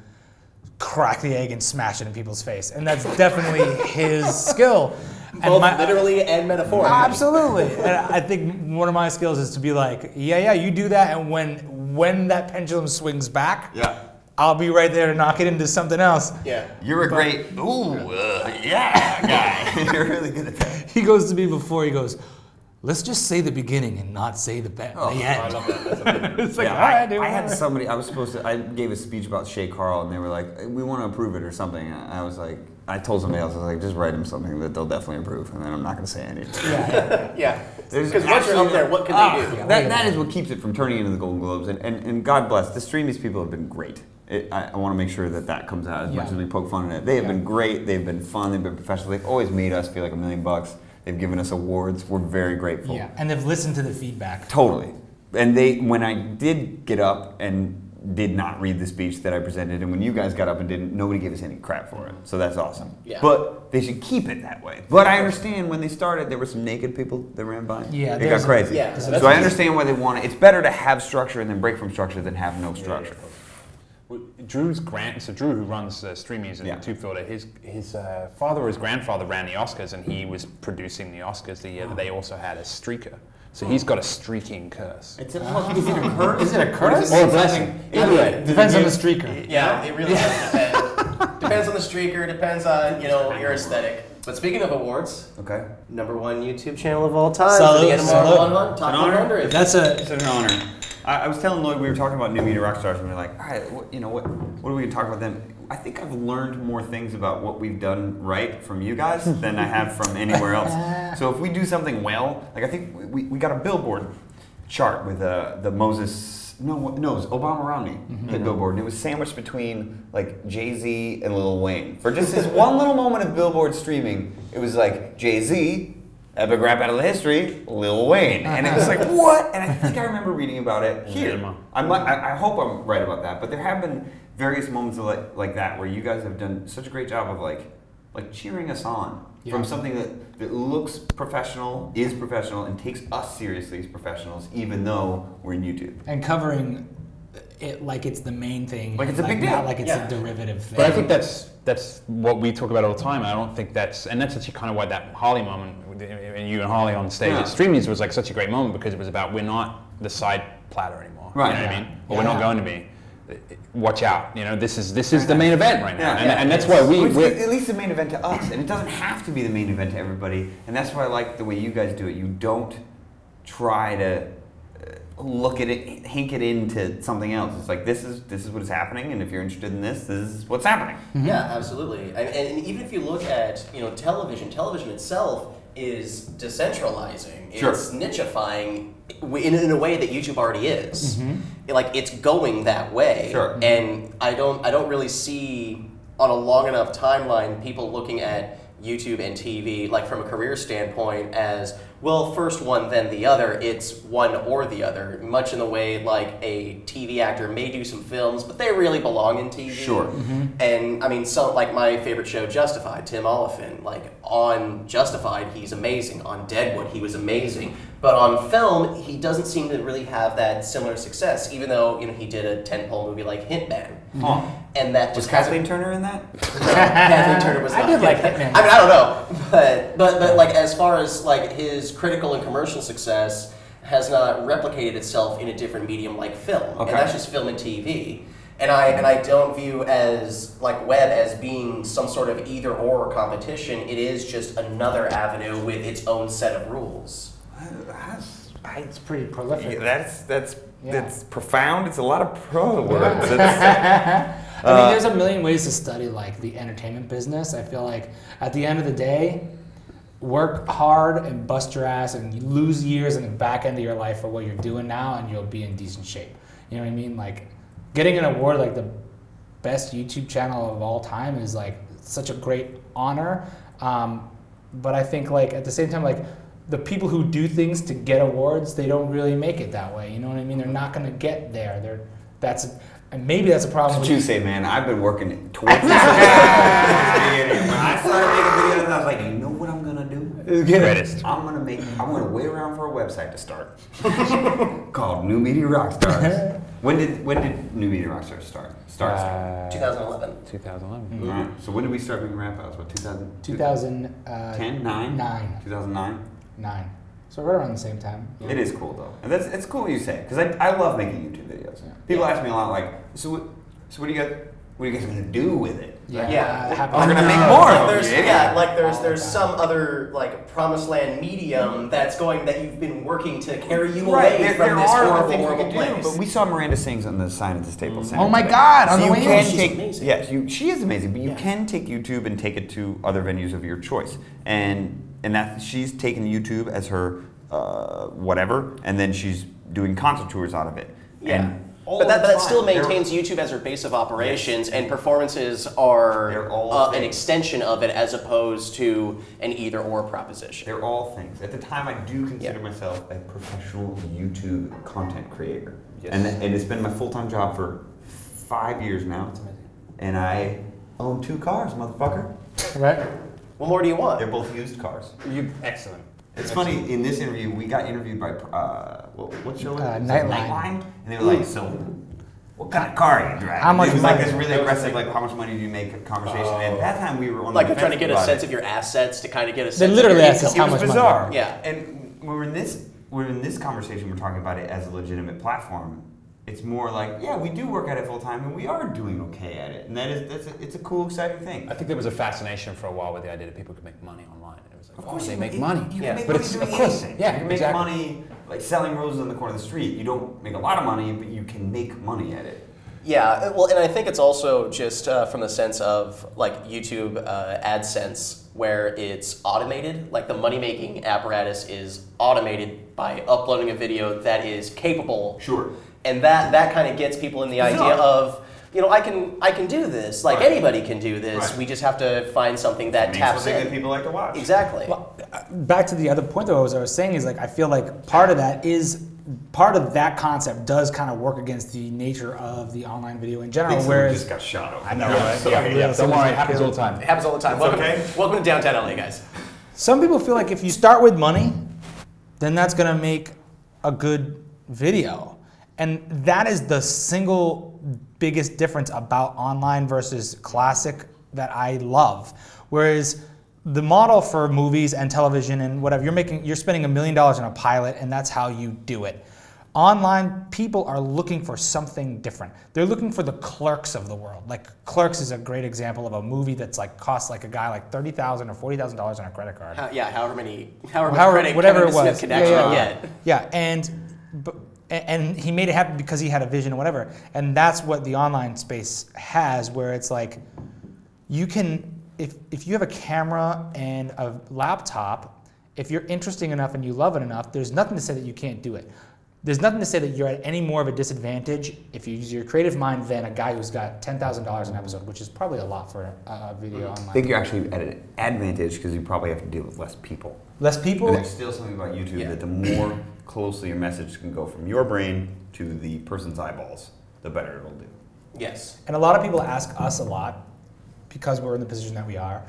Speaker 2: crack the egg and smash it in people's face. And that's definitely
Speaker 1: [LAUGHS]
Speaker 2: his skill. And
Speaker 1: Both
Speaker 2: my-
Speaker 1: literally and metaphorically.
Speaker 2: Absolutely. and I think one of my skills is to be like, yeah, yeah, you do that and when when that pendulum swings back,
Speaker 4: Yeah.
Speaker 2: I'll be right there to knock it into something else.
Speaker 1: Yeah.
Speaker 4: You're a great ooh uh, yeah guy. [LAUGHS] You're really good at that.
Speaker 2: He goes to me before he goes, let's just say the beginning and not say the, be- the end.
Speaker 4: I love that.
Speaker 2: [LAUGHS] It's like,
Speaker 5: Yeah,
Speaker 2: all right, dude.
Speaker 5: I, I had somebody. I was supposed to. I gave a speech about Shay Carl, and they were like, "We want to approve it or something." And I was like, I told somebody else, I was like, "Just write them something that they'll definitely approve," and then I'm not going to say anything.
Speaker 1: Yeah.
Speaker 5: There's
Speaker 1: Because once you're
Speaker 5: actually-
Speaker 1: up there, what can
Speaker 5: Ah,
Speaker 1: they do?
Speaker 5: That, that is what keeps it from turning into the Golden Globes, and, and, and God bless the stream. These people have been great. It, I, I want to make sure that that comes out as much
Speaker 2: Yeah.
Speaker 5: as we poke fun at it. They have been great. They've been fun. They've been professional. They've always made us feel like a million bucks. They've given us awards. We're very
Speaker 2: [LAUGHS]
Speaker 5: grateful.
Speaker 2: yeah, and they've listened to the feedback.
Speaker 5: Totally. And they, when I did get up and did not read the speech that I presented, and when you guys got up and didn't, nobody gave us any crap for it. So that's awesome.
Speaker 1: Yeah.
Speaker 5: But they should keep it that way. But I understand when they started, there were some naked people that ran by.
Speaker 2: Yeah,
Speaker 5: it got
Speaker 2: there's-
Speaker 5: crazy.
Speaker 1: yeah, so
Speaker 5: so
Speaker 1: that's-
Speaker 5: I understand why they want it. It's better to have structure and then break from structure than have no structure.
Speaker 3: Well, Drew's grand, so Drew, who runs uh, Stream Music
Speaker 5: Yeah.
Speaker 3: and Tube Filter, his his uh, father or his grandfather ran the Oscars, and he was producing the Oscars the year that they also had a streaker. So he's got a streaking curse.
Speaker 5: It's a, is it a curse?
Speaker 2: Is it a curse?
Speaker 3: Or a blessing.
Speaker 1: Either way.
Speaker 2: Depends on the streaker.
Speaker 1: Yeah, it really does
Speaker 2: [LAUGHS]
Speaker 1: depend. depends on the streaker, depends on, you know, your aesthetic. But speaking of awards,
Speaker 5: Okay.
Speaker 1: number one YouTube channel of all time
Speaker 2: Salute,
Speaker 1: for the NMR
Speaker 2: salute.
Speaker 1: 100,
Speaker 5: An
Speaker 1: Top
Speaker 5: honor.
Speaker 1: 100.
Speaker 2: That's a
Speaker 5: It's an honor. I, I was telling Lloyd we were talking about new media rock stars, and we were like, all right, what, you know what? What are we gonna talk about then? I think I've learned more things about what we've done right from you guys than I have from anywhere else. So if we do something well, like I think we, we, we got a billboard chart with uh, the Moses. No, what- no, it was Obama Romney, the billboard, and it was sandwiched between like Jay Z and Lil Wayne. For just this one little moment of billboard streaming, it was like Jay Z, epic rap out of the history, Lil Wayne. And it was like, what? And I think I remember reading about it here.
Speaker 3: Mama.
Speaker 5: I'm not, I, I hope I'm right about that, but there have been various moments of like, like that where you guys have done such a great job of like, like cheering us on
Speaker 2: Yeah.
Speaker 5: from something that, that looks professional, is professional, and takes us seriously as professionals, even though we're in YouTube.
Speaker 2: and covering it like it's the main thing.
Speaker 5: Like it's a big deal.
Speaker 2: Not like it's
Speaker 1: Yeah.
Speaker 2: a derivative thing.
Speaker 3: But I think that's that's what we talk about all the time. I don't think that's and that's actually kind of why that Harley moment with- and you and Harley on stage
Speaker 5: Yeah.
Speaker 3: at Stream News was like such a great moment because it was about we're not the side platter anymore.
Speaker 5: Right.
Speaker 3: You know what I
Speaker 5: Yeah.
Speaker 3: mean? Or we're
Speaker 2: Yeah.
Speaker 3: not going to be. Watch out! You know this is this is the main event right now, and, and that's why we.
Speaker 5: Which
Speaker 3: we're-
Speaker 5: is at least the main event to us, and it doesn't have to be the main event to everybody. And that's why I like the way you guys do it. You don't try to uh, look at it, hink it into something else. It's like this is this is what is happening, and if you're interested in this, this is what's happening.
Speaker 1: Yeah, absolutely. I, and, and even if you look at you know television, television itself is decentralizing.
Speaker 5: Sure.
Speaker 1: It's nichifying w- in, in a way that YouTube already is. Like it's going that way.
Speaker 5: Mm-hmm. Sure.
Speaker 1: And I don't I don't really see on a long enough timeline people looking at YouTube and TV like from a career standpoint as well first one then the other it's one or the other much in the way like a TV actor may do some films but they really belong in TV
Speaker 5: Sure.
Speaker 1: and I mean, so like my favorite show, Justified, Tim Oliphant. Like on Justified, he's amazing. On Deadwood, he was amazing. But on film, he doesn't seem to really have that similar success. Even though you know he did a tentpole movie like Hitman,
Speaker 5: Huh.
Speaker 1: and that
Speaker 5: Was
Speaker 1: just
Speaker 5: Kathleen
Speaker 1: hasn't-
Speaker 5: Turner in that?
Speaker 1: Kathleen
Speaker 2: [LAUGHS]
Speaker 1: Turner was.
Speaker 2: I
Speaker 1: not
Speaker 2: did like
Speaker 1: Hitman.
Speaker 2: Hitman.
Speaker 1: I mean, I don't know, but but but like as far as like his critical and commercial success has not replicated itself in a different medium like film,
Speaker 5: Okay.
Speaker 1: and that's just film and TV. And I and I don't view as like web as being some sort of either or competition. It is just another avenue with its own set of rules.
Speaker 5: That's-
Speaker 2: it's pretty prolific.
Speaker 5: that's that's
Speaker 2: Yeah.
Speaker 6: It's profound. It's a lot of pro words. It's-
Speaker 2: I mean, there's a million ways to study like the entertainment business. I feel like at the end of the day, work hard and bust your ass and you lose years in the back end of your life for what you're doing now, and you'll be in decent shape. You know what I mean? Like getting an award like the best YouTube channel of all time is like such a great honor. Um, but I think like at the same time, like the people who do things to get awards, they don't really make it that way. You know what I mean? They're not gonna get there. They're that's and maybe that's a problem.
Speaker 5: What
Speaker 2: with-
Speaker 5: you say, man? I've been
Speaker 2: [LAUGHS]
Speaker 5: working towards this. Yeah, when I started making videos, I was like, you know what I'm gonna do?
Speaker 3: Greatest.
Speaker 5: I'm gonna make. I'm gonna wait around for a website to [LAUGHS] start called New Media [LAUGHS] Rockstars. When did when did New Media Rockstars start?
Speaker 2: Uh,
Speaker 5: Start. start?
Speaker 3: Uh,
Speaker 1: 2011.
Speaker 3: 2011.
Speaker 5: Alright, So when did we start making rap outs? What 2000?
Speaker 2: 2010,
Speaker 5: 10, 9?
Speaker 2: uh, Nine.
Speaker 5: 2009.
Speaker 2: nine. So right around the same time. Yeah.
Speaker 5: It is cool though, and that's it's cool what you say because I, I love making YouTube videos.
Speaker 2: Yeah.
Speaker 5: People ask me a lot like, so what, so what do you got? What are you guys gonna do with it?
Speaker 2: Yeah.
Speaker 1: Yeah.
Speaker 2: it happens.
Speaker 5: We're gonna make
Speaker 1: No,
Speaker 5: more
Speaker 1: like
Speaker 5: of
Speaker 1: there's,
Speaker 5: it.
Speaker 1: yeah. like there's
Speaker 2: All
Speaker 1: there's
Speaker 2: the
Speaker 1: some other like promised land medium that's going that you've been working to carry you away
Speaker 5: there,
Speaker 1: from
Speaker 5: there
Speaker 1: this
Speaker 5: are other
Speaker 1: horrible,
Speaker 5: things we
Speaker 1: horrible
Speaker 5: could do, Mm.
Speaker 1: place.
Speaker 5: but we saw Miranda Sings on the Sign at the Staples Center.
Speaker 2: Oh my
Speaker 5: today.
Speaker 2: God, on
Speaker 5: So
Speaker 2: the
Speaker 5: you
Speaker 2: way in.
Speaker 5: can
Speaker 2: She's
Speaker 5: take,
Speaker 1: amazing.
Speaker 5: Yes, you, she is amazing, but you
Speaker 1: Yeah.
Speaker 5: can take YouTube and take it to other venues of your choice, and and that she's taken YouTube as her uh, whatever, and then she's doing concert tours out of it.
Speaker 1: yeah.
Speaker 5: And all
Speaker 1: But that,
Speaker 5: the
Speaker 1: but that still
Speaker 5: time, there-
Speaker 1: maintains YouTube as our base of operations, and performances are
Speaker 5: They're all
Speaker 1: uh, an
Speaker 5: things.
Speaker 1: extension of it as opposed to an either or proposition.
Speaker 5: They're all things. At the time, I do consider
Speaker 1: Yeah.
Speaker 5: myself a professional YouTube content creator, and and it's been my full time job for five years now. And I own two cars, motherfucker.
Speaker 2: Right?
Speaker 1: What more do you want?
Speaker 5: They're both used cars.
Speaker 3: You excellent.
Speaker 5: It's funny. In this interview, we got interviewed by uh, what, what show? was it?
Speaker 2: Uh,
Speaker 5: It was like
Speaker 2: Nightline.
Speaker 5: and they were like, "So, what kind of car are you driving?"
Speaker 2: How much
Speaker 5: It was like
Speaker 2: money?
Speaker 5: this really aggressive, like, "How much money do you make?" Conversation. and at that time, we were on
Speaker 1: like
Speaker 5: the
Speaker 1: they're trying to
Speaker 5: defensive
Speaker 1: get a
Speaker 5: about it.
Speaker 1: sense of your assets to kind of get a sense.
Speaker 2: They
Speaker 1: of
Speaker 2: literally
Speaker 1: your
Speaker 2: asked us
Speaker 1: income.
Speaker 2: how
Speaker 5: it
Speaker 2: much
Speaker 5: was
Speaker 2: money.
Speaker 5: bizarre.
Speaker 1: Yeah.
Speaker 5: And when we're in this when we're in this conversation, we're talking about it as a legitimate platform. It's more like, yeah, we do work at it full time, and we are doing okay at it, and that is that's a, it's a cool, exciting thing.
Speaker 3: I think there was a fascination for a while with the idea that people could make money online. It was like,
Speaker 5: Of course,
Speaker 3: oh,
Speaker 5: you
Speaker 3: they
Speaker 5: can-
Speaker 3: make
Speaker 5: you-
Speaker 3: money.
Speaker 5: You can
Speaker 1: Yeah.
Speaker 5: make
Speaker 3: But
Speaker 5: money
Speaker 3: it's-
Speaker 5: doing
Speaker 3: of course,
Speaker 5: anything.
Speaker 3: yeah,
Speaker 5: you can
Speaker 3: exactly.
Speaker 5: make money like selling roses on the corner of the street. You don't make a lot of money, but you can make money at it.
Speaker 1: Yeah, uh, well, and I think it's also just uh, from the sense of like YouTube uh, AdSense, where it's automated. Like the money making apparatus is automated by uploading a video that is capable.
Speaker 5: Sure.
Speaker 1: And that that kind of gets people in the idea
Speaker 5: Bizarre.
Speaker 1: of you know I can I can do this. Like
Speaker 5: Right.
Speaker 1: anybody can do this.
Speaker 5: Right.
Speaker 1: We just have to find something that
Speaker 5: Make
Speaker 1: taps
Speaker 5: something that
Speaker 1: in.
Speaker 5: people like to watch.
Speaker 1: Exactly.
Speaker 2: Well, uh, back to the other point though, as I was saying, is like I feel like part of that is part of that concept does kind of work against the nature of the online video in
Speaker 5: I
Speaker 2: general.
Speaker 5: think someone
Speaker 2: Whereas
Speaker 5: just got shot over.
Speaker 3: I know, right? Yeah, yeah. Don't worry, it happens all the time.
Speaker 1: It happens all the time.
Speaker 5: It's
Speaker 1: Welcome,
Speaker 5: okay.
Speaker 1: welcome to downtown LA, guys.
Speaker 2: some people feel like if you start with money, then that's gonna make a good video. And that is the single biggest difference about online versus classic that I love. Whereas the model for movies and television and whatever, you're making you're spending a million dollars on a pilot and that's how you do it. Online people are looking for something different. They're looking for the clerks of the world. Like Clerks is a great example of a movie that's like costs like a guy like thirty thousand or forty thousand dollars on a credit card.
Speaker 1: How, Uh, yeah, however many, however, much
Speaker 2: Howard-
Speaker 1: credit
Speaker 2: whatever
Speaker 1: Kevin
Speaker 2: it was.
Speaker 1: Smith can actually
Speaker 2: yeah, yeah,
Speaker 1: get.
Speaker 2: Yeah, and but, and he made it happen because he had a vision or whatever. And that's what the online space has, where it's like you can if if you have a camera and a laptop, if you're interesting enough and you love it enough, there's nothing to say that you can't do it. There's nothing to say that you're at any more of a disadvantage if you use your creative mind than a guy who's got ten thousand dollars an episode, which is probably a lot for a, a video
Speaker 5: I
Speaker 2: online.
Speaker 5: think you're actually at an advantage because you probably have to deal with less people.
Speaker 2: Less
Speaker 5: But
Speaker 2: people.
Speaker 5: there's still something about YouTube
Speaker 1: Yeah.
Speaker 5: that the more [COUGHS] closely your message can go from your brain to the person's eyeballs, the better it'll do.
Speaker 1: Yes.
Speaker 2: And a lot of people ask us a lot because we're in the position that we are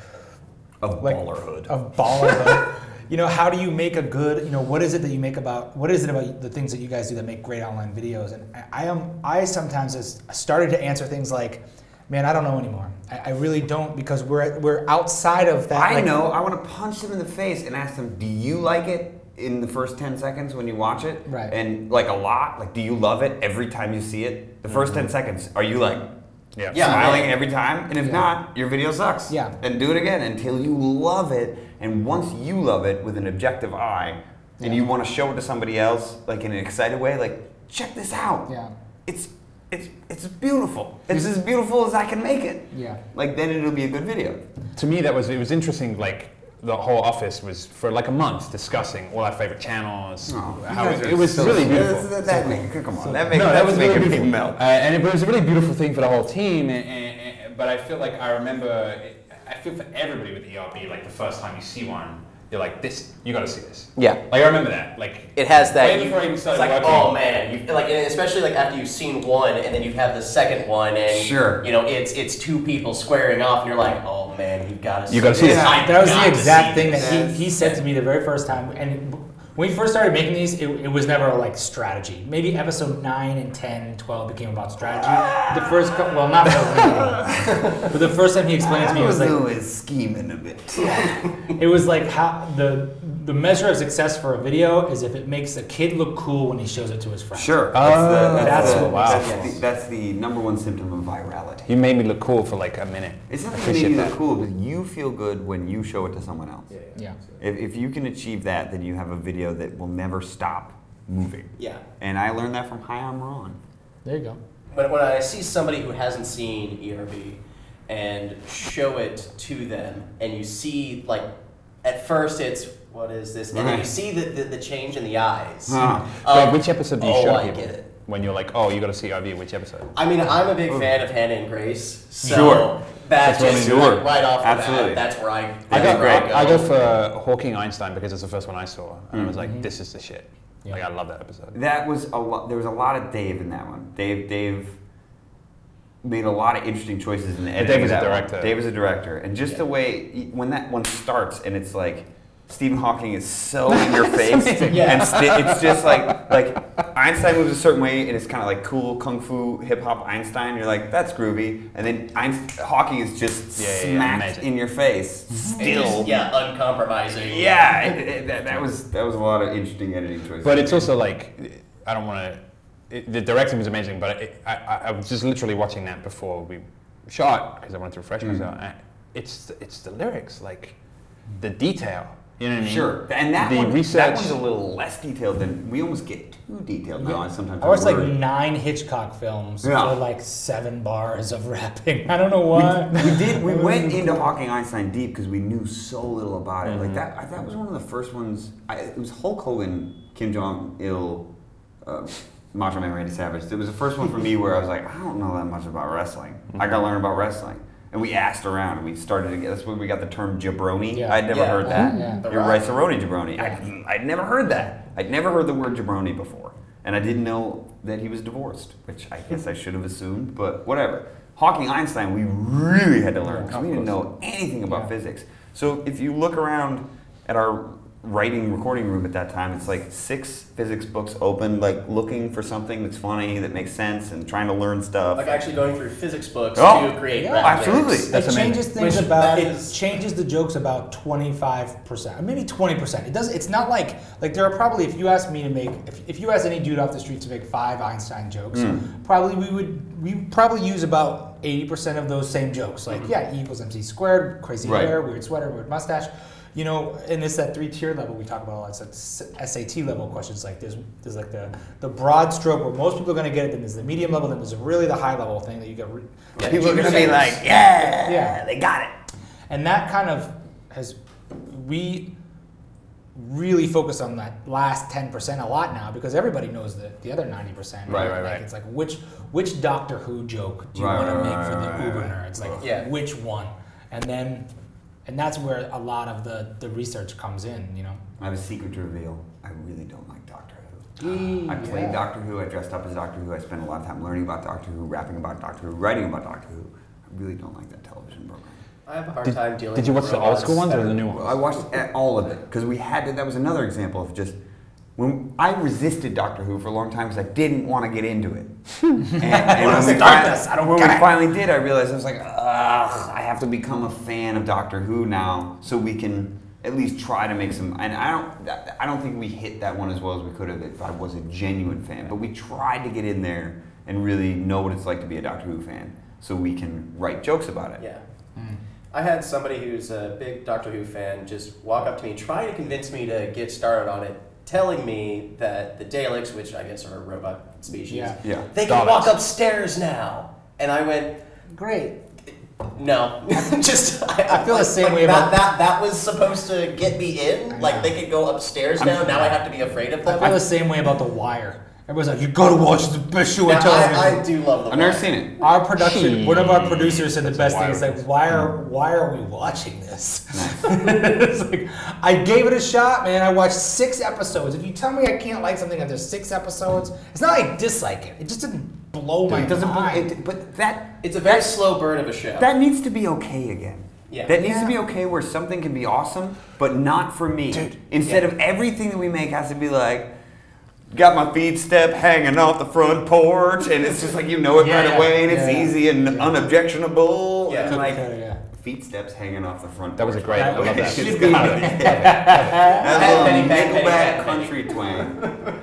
Speaker 5: Of
Speaker 2: Like-
Speaker 5: ballerhood.
Speaker 2: of ballerhood.
Speaker 5: [LAUGHS]
Speaker 2: you know, how do you make a good? You know, what is it that you make about? What is it about the things that you guys do that make great online videos? And I- I am I sometimes has started to answer things like, man, I don't know anymore. I, I really don't because we're we're outside of that.
Speaker 5: I
Speaker 2: like,
Speaker 5: know. I want to punch them in the face and ask them, "Do you like it?" In the first ten seconds when you watch it,
Speaker 2: Right.
Speaker 5: And like a lot, like, do you love it every time you see it? The 1st
Speaker 2: Mm-hmm.
Speaker 5: ten seconds, are you like
Speaker 3: Yeah.
Speaker 1: Yeah.
Speaker 5: smiling every time? And if
Speaker 2: Yeah.
Speaker 5: not, your video sucks.
Speaker 2: Yeah.
Speaker 5: And do it again until you love it. And once you love it with an objective eye, and you want to show it to somebody else, like in an excited way, like check this out.
Speaker 2: Yeah.
Speaker 5: It's it's it's beautiful. It's as beautiful as I can make it.
Speaker 2: Yeah.
Speaker 5: Like then it'll be a good video.
Speaker 3: to me that was it was interesting like the whole office was for like a month discussing all our favorite channels
Speaker 1: Oh,
Speaker 5: Oh,
Speaker 3: how it, it was really beautiful
Speaker 5: That, that make, come on, that make,
Speaker 3: no that was
Speaker 5: making
Speaker 3: really
Speaker 5: me
Speaker 3: beautiful.
Speaker 5: melt.
Speaker 3: Uh, and it, was a really beautiful thing for the whole team and, and, and, but i feel like i remember i feel for everybody with erb like the first time you see one you're like this you gotta see this
Speaker 1: Yeah.
Speaker 3: like i remember that like
Speaker 1: It has that.
Speaker 3: way before i even
Speaker 1: it's
Speaker 3: started
Speaker 1: like,
Speaker 3: working.
Speaker 1: oh man, you like, and especially like after you've seen one, and then you have the second one, and
Speaker 5: Sure.
Speaker 1: you know, it's it's two people squaring off, and you're like, oh man, you've got to.
Speaker 3: gotta see
Speaker 1: this.
Speaker 3: it.
Speaker 1: I've
Speaker 2: that was
Speaker 1: got
Speaker 2: the
Speaker 1: to
Speaker 2: exact
Speaker 1: see
Speaker 2: thing
Speaker 1: this.
Speaker 2: that he, he said to me the very first time. And when we first started making these, it, it was never like strategy. Maybe episode 9 and 10, 12 became about strategy. The first, cou- well, not
Speaker 5: [LAUGHS]
Speaker 2: really. but the first time he explained it to me, it was like,
Speaker 5: Lou is scheming a bit.
Speaker 2: it was like how the the measure of success for a video is if it makes a kid look cool when he shows it to his friends.
Speaker 5: [LAUGHS] Sure.
Speaker 3: Oh,
Speaker 2: that's
Speaker 5: the,
Speaker 2: what
Speaker 5: that's,
Speaker 2: makes it
Speaker 5: the, that's the number one symptom of virality.
Speaker 3: you made me look cool for like a minute
Speaker 5: It's not
Speaker 3: I
Speaker 5: that
Speaker 3: appreciate
Speaker 5: you
Speaker 3: that
Speaker 5: look cool, but you feel good when you show it to someone else.
Speaker 2: Yeah.
Speaker 5: If, if you can achieve that, then you have a video that will never stop moving.
Speaker 1: Yeah.
Speaker 5: And I learned that from Hayam Ron.
Speaker 2: There you go.
Speaker 1: But when I see somebody who hasn't seen ERB and show it to them, and you see, like, at first it's, what is this? And then you
Speaker 5: Right.
Speaker 1: see the, the, the change in the eyes.
Speaker 5: Huh.
Speaker 1: of,
Speaker 3: Wait, which episode do you
Speaker 1: oh,
Speaker 3: show
Speaker 1: I
Speaker 3: people
Speaker 1: get it.
Speaker 3: when you're like oh you gotta see rv which episode
Speaker 1: I mean, I'm a big fan of Hannah and Grace, so
Speaker 5: Sure.
Speaker 1: that
Speaker 3: That's what I
Speaker 1: just
Speaker 3: mean.
Speaker 1: like,
Speaker 3: Sure.
Speaker 1: right off the
Speaker 5: Absolutely.
Speaker 1: bat, that's where I,
Speaker 3: I
Speaker 1: that's
Speaker 3: go,
Speaker 1: where I,
Speaker 3: I, I go for Hawking Einstein because it's the first one I saw, and I was like, "This is the shit." Like, I love that episode.
Speaker 5: That was a lot. There was a lot of Dave in that one. Dave, Dave made a lot of interesting choices in the editing.
Speaker 3: Dave
Speaker 5: of
Speaker 3: was a
Speaker 5: that one.
Speaker 3: director.
Speaker 5: Dave was a director, and just the way when that one starts, and it's like Stephen Hawking is so in your face,
Speaker 1: Yeah.
Speaker 5: and sti- it's just like like Einstein moves a certain way, and it's kind of like cool kung fu hip hop Einstein. You're like, that's groovy, and then Einst- Hawking is just
Speaker 3: Yeah, yeah, yeah,
Speaker 5: smacked
Speaker 3: amazing.
Speaker 5: in your face,
Speaker 1: And just,
Speaker 5: still.
Speaker 1: yeah, uncompromising.
Speaker 5: Yeah, it- it- that, that was that was a lot of interesting editing choices.
Speaker 3: But it's also like, I don't want to. The directing was amazing, but it, I, I, I was just literally watching that before we shot because I wanted to refresh myself. I, it's it's the lyrics, like the detail. You know what I mean?
Speaker 5: Sure, and that
Speaker 3: the
Speaker 5: one,
Speaker 3: research.
Speaker 5: that one's a little less detailed than we almost get too detailed now. And sometimes
Speaker 2: I watched like
Speaker 5: we're-
Speaker 2: nine Hitchcock films
Speaker 5: Yeah.
Speaker 2: for like seven bars of rapping. [LAUGHS] I don't know why.
Speaker 5: we
Speaker 2: [LAUGHS]
Speaker 5: did. We went into Hawking Einstein deep because we knew so little about it.
Speaker 3: Mm-hmm.
Speaker 5: Like that, I, that was one of the first ones. I, it was Hulk Hogan, Kim Jong Il, uh, Macho Man Randy Savage. It was the first one
Speaker 3: [LAUGHS]
Speaker 5: for me where I was like, I don't know that much about wrestling.
Speaker 3: Mm-hmm.
Speaker 5: I gotta learn about wrestling. And we asked around, and we started to get. That's when we got the term jabroni.
Speaker 2: Yeah.
Speaker 5: I'd never
Speaker 1: Yeah.
Speaker 5: heard that.
Speaker 2: Yeah.
Speaker 5: You're right, Cerrone jabroni. I, I'd never heard that. I'd never heard the word jabroni before. And I didn't know that he was divorced, which I guess I should have assumed, but whatever. Hawking Einstein, we really had to learn because we didn't know anything about physics. So if you look around at our writing recording room at that time, it's like six physics books open, like looking for something that's funny, that makes sense, and trying to learn stuff.
Speaker 1: Like actually going through physics books
Speaker 5: Oh,
Speaker 1: to create
Speaker 2: yeah,
Speaker 1: rap lyrics.
Speaker 5: absolutely.
Speaker 3: That's
Speaker 2: it
Speaker 3: amazing.
Speaker 2: changes things
Speaker 1: Which
Speaker 2: about
Speaker 1: that
Speaker 2: it
Speaker 1: is-
Speaker 2: changes the jokes about 25% maybe 20% it does it's not like like there are probably if you asked me to make if, if you asked any dude off the street to make five einstein jokes
Speaker 3: Hmm.
Speaker 2: probably we would we probably use about 80% of those same jokes
Speaker 3: Hmm.
Speaker 2: like yeah e equals mc squared crazy
Speaker 5: Right.
Speaker 2: hair weird sweater weird mustache you know and it's that three tier level we talk about a lot it's that sat level questions like there's there's like the the broad stroke where most people are going to get it then there's the medium level then there's really the high level thing that you get re- that
Speaker 5: People are
Speaker 2: you
Speaker 5: gonna be
Speaker 2: use.
Speaker 5: like, yeah,
Speaker 2: Yeah.
Speaker 5: they got it.
Speaker 2: And that kind of has, we really focus on that last 10% a lot now because everybody knows the, the other 90%.
Speaker 3: Right, right,
Speaker 2: Like,
Speaker 3: right.
Speaker 2: It's like, which, which Doctor Who joke do you
Speaker 5: Right,
Speaker 2: want
Speaker 5: right,
Speaker 2: to make
Speaker 5: right,
Speaker 2: for the
Speaker 5: right,
Speaker 2: Uber
Speaker 5: right.
Speaker 2: nerds? Like,
Speaker 1: Yeah.
Speaker 2: which one? And then, and that's where a lot of the, the research comes in, you know?
Speaker 5: I have a secret to reveal. I really don't like Doctor Who. I played Doctor Who. I dressed up as Doctor Who. I spent a lot of time learning about Doctor Who, rapping about Doctor Who, writing about Doctor Who. I really don't like that television program.
Speaker 1: I have a hard time dealing.
Speaker 3: Did you
Speaker 1: with
Speaker 3: watch the old school
Speaker 1: robots
Speaker 3: ones
Speaker 1: that
Speaker 3: or the
Speaker 1: are-
Speaker 3: new
Speaker 5: Well, I
Speaker 3: ones?
Speaker 5: watched a- all of it because we had to. That was another example of just when I resisted Doctor Who for a long time because I didn't want to get into
Speaker 2: [LAUGHS]
Speaker 5: it. and and
Speaker 2: wanna
Speaker 5: when we,
Speaker 2: start
Speaker 5: fin-
Speaker 2: this, I don't
Speaker 5: when
Speaker 2: get
Speaker 5: we
Speaker 2: it.
Speaker 5: finally did, I realized I was like, ugh, I have to become a fan of Doctor Who now so we can at least try to make some. And I don't, that- I don't think we hit that one as well as we could have if I was a genuine fan. But we tried to get in there and really know what it's like to be a Doctor Who fan so we can write jokes about it.
Speaker 1: Yeah.
Speaker 2: Hmm.
Speaker 1: I had somebody who's a big Doctor Who fan just walk up to me, trying to convince me to get started on it, telling me that the Daleks, which I guess are robot species.
Speaker 2: Yeah.
Speaker 3: Yeah.
Speaker 1: They can
Speaker 3: Daleks.
Speaker 1: walk upstairs now. And I went,
Speaker 2: Great.
Speaker 1: no. [LAUGHS] Just I,
Speaker 2: I feel the same
Speaker 1: like,
Speaker 2: way
Speaker 1: that,
Speaker 2: about-
Speaker 1: that. That was supposed to get me in. Like they could go upstairs now. Now I have to be afraid of
Speaker 2: I
Speaker 1: them.
Speaker 2: feel the same way about The Wire. Everybody's like, you gotta watch the best show
Speaker 1: Now,
Speaker 2: on
Speaker 1: I,
Speaker 2: television.
Speaker 1: I do love the.
Speaker 3: I've never
Speaker 1: Wire.
Speaker 3: seen it.
Speaker 2: our production,
Speaker 5: Hmm.
Speaker 2: one of our producers said the
Speaker 3: Jeez,
Speaker 2: best
Speaker 3: that's
Speaker 2: thing.
Speaker 3: a
Speaker 2: He's like, why are why are we watching
Speaker 5: [LAUGHS]
Speaker 2: this? it's like, I gave it a shot, man. I watched six episodes. If you tell me I can't like something after six episodes, it's not like I dislike it. It just didn't blow my
Speaker 5: It doesn't.
Speaker 2: mind. [LAUGHS]
Speaker 5: It, but that
Speaker 1: It's a very slow burn of a show.
Speaker 5: that needs to be okay again.
Speaker 1: Yeah.
Speaker 5: That needs
Speaker 2: Yeah.
Speaker 5: to be okay where something can be awesome, but not for me. Instead
Speaker 1: Yeah.
Speaker 5: of everything that we make has to be like, got my feet step hanging off the front porch, and it's just like you know it right
Speaker 2: Yeah.
Speaker 5: away, and it's
Speaker 2: Yeah.
Speaker 5: easy and unobjectionable.
Speaker 1: Yeah.
Speaker 5: And like
Speaker 2: Yeah, yeah.
Speaker 5: feet steps hanging off the front.
Speaker 3: That was a
Speaker 5: porch.
Speaker 3: great. I love that.
Speaker 5: [LAUGHS] It's gotta be.
Speaker 1: Penny,
Speaker 3: [LAUGHS]
Speaker 1: penny, penny,
Speaker 5: That's a
Speaker 1: penny,
Speaker 5: Nickelback country
Speaker 2: [LAUGHS]
Speaker 5: twang.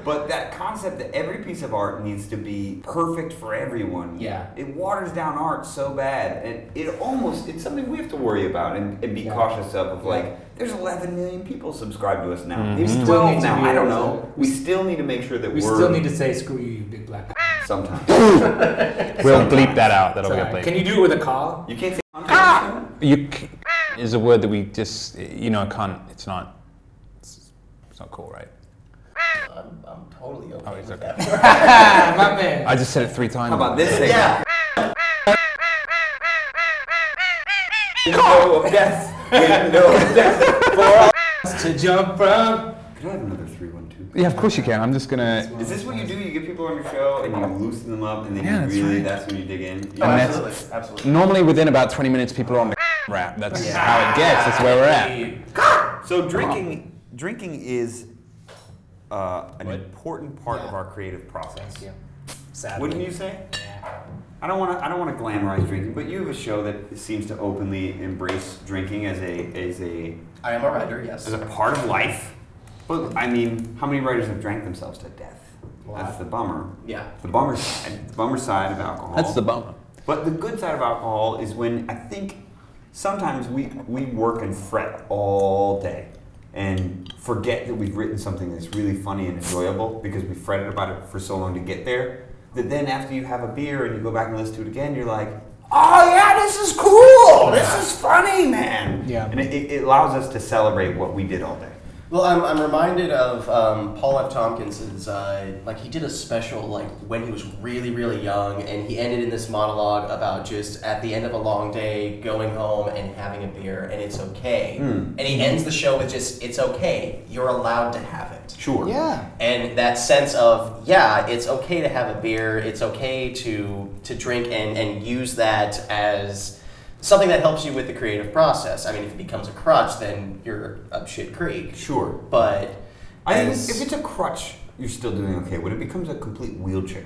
Speaker 5: But that concept that every piece of art needs to be perfect for everyone.
Speaker 2: Yeah.
Speaker 5: It waters down art so bad. And it almost, it's something we have to worry about and, and be
Speaker 2: Yeah.
Speaker 5: cautious of. Of like, there's 11 million people subscribe to us now.
Speaker 3: Mhm.
Speaker 5: Maybe
Speaker 2: We still
Speaker 5: 12
Speaker 2: need to
Speaker 5: now.
Speaker 2: be
Speaker 5: I don't
Speaker 2: able
Speaker 5: know.
Speaker 2: to-
Speaker 5: We still need to make sure that
Speaker 2: [LAUGHS] we
Speaker 5: are
Speaker 2: still need to say, screw you, you big black. c-."
Speaker 5: Sometimes.
Speaker 2: [COUGHS]
Speaker 3: We'll bleep that out. That'll
Speaker 2: Sorry.
Speaker 3: be a bleep.
Speaker 2: Can you do it with a call? [LAUGHS]
Speaker 5: You can't say.
Speaker 2: Ah!
Speaker 3: You c- is a word that we just you know can't. It's not. It's, it's not cool, right?
Speaker 1: I'm, I'm totally okay.
Speaker 3: Oh, it's
Speaker 1: with
Speaker 3: okay.
Speaker 1: that.
Speaker 2: Ah, my man.
Speaker 3: I just said it three times.
Speaker 5: How about this thing?
Speaker 1: Yeah.
Speaker 5: Window of death. Window of death.
Speaker 2: to jump from.
Speaker 5: Could I have
Speaker 2: [LAUGHS]
Speaker 5: another 312?
Speaker 3: Yeah, of course you can. I'm just gonna.
Speaker 5: Is this what you do? You get people on your show and you loosen them up, and then
Speaker 3: Yeah,
Speaker 5: you
Speaker 3: that's
Speaker 5: really
Speaker 3: right.
Speaker 5: that's when you dig in. You
Speaker 1: Oh,
Speaker 5: know?
Speaker 3: that's-
Speaker 1: absolutely, absolutely.
Speaker 3: Normally within about 20 minutes, people are on the [LAUGHS] rap. That's how it gets. That's where we're at.
Speaker 5: so drinking, drinking is uh, an important part of
Speaker 2: Yeah.
Speaker 5: our creative process.
Speaker 2: Thank you. Sadly.
Speaker 5: Wouldn't you say?
Speaker 2: Yeah.
Speaker 5: I don't want to. I don't want to glamorize drinking, but you have a show that seems to openly embrace drinking as a as a
Speaker 1: I am a writer. Yes.
Speaker 5: as a part of life. But I mean, how many writers have drank themselves to death? That's the bummer.
Speaker 1: Yeah.
Speaker 5: The bummer side. The bummer side of alcohol.
Speaker 3: That's the bummer.
Speaker 5: But the good side of alcohol is when I think sometimes we, we work and fret all day and forget that we've written something that's really funny and enjoyable because we fretted about it for so long to get there. That then after you have a beer and you go back and listen to it again, you're like, oh yeah, this is cool. This is funny, man.
Speaker 2: Yeah.
Speaker 5: And it, it allows us to celebrate what we did all day.
Speaker 1: Well, I'm, I'm reminded of um, Paul F. Tompkins's uh, like he did a special like when he was really really young, and he ended in this monologue about just at the end of a long day going home and having a beer, and it's okay.
Speaker 3: Hmm.
Speaker 1: And he ends the show with just it's okay. You're allowed to have it.
Speaker 5: Sure.
Speaker 2: Yeah.
Speaker 1: And that sense of yeah, it's okay to have a beer. It's okay to to drink and and use that as. Something that helps you with the creative process. I mean, if it becomes a crutch, then you're up shit creek
Speaker 5: Sure.
Speaker 1: but
Speaker 5: I think
Speaker 1: as-
Speaker 5: if it's a crutch, you're still doing okay. When it becomes a complete wheelchair,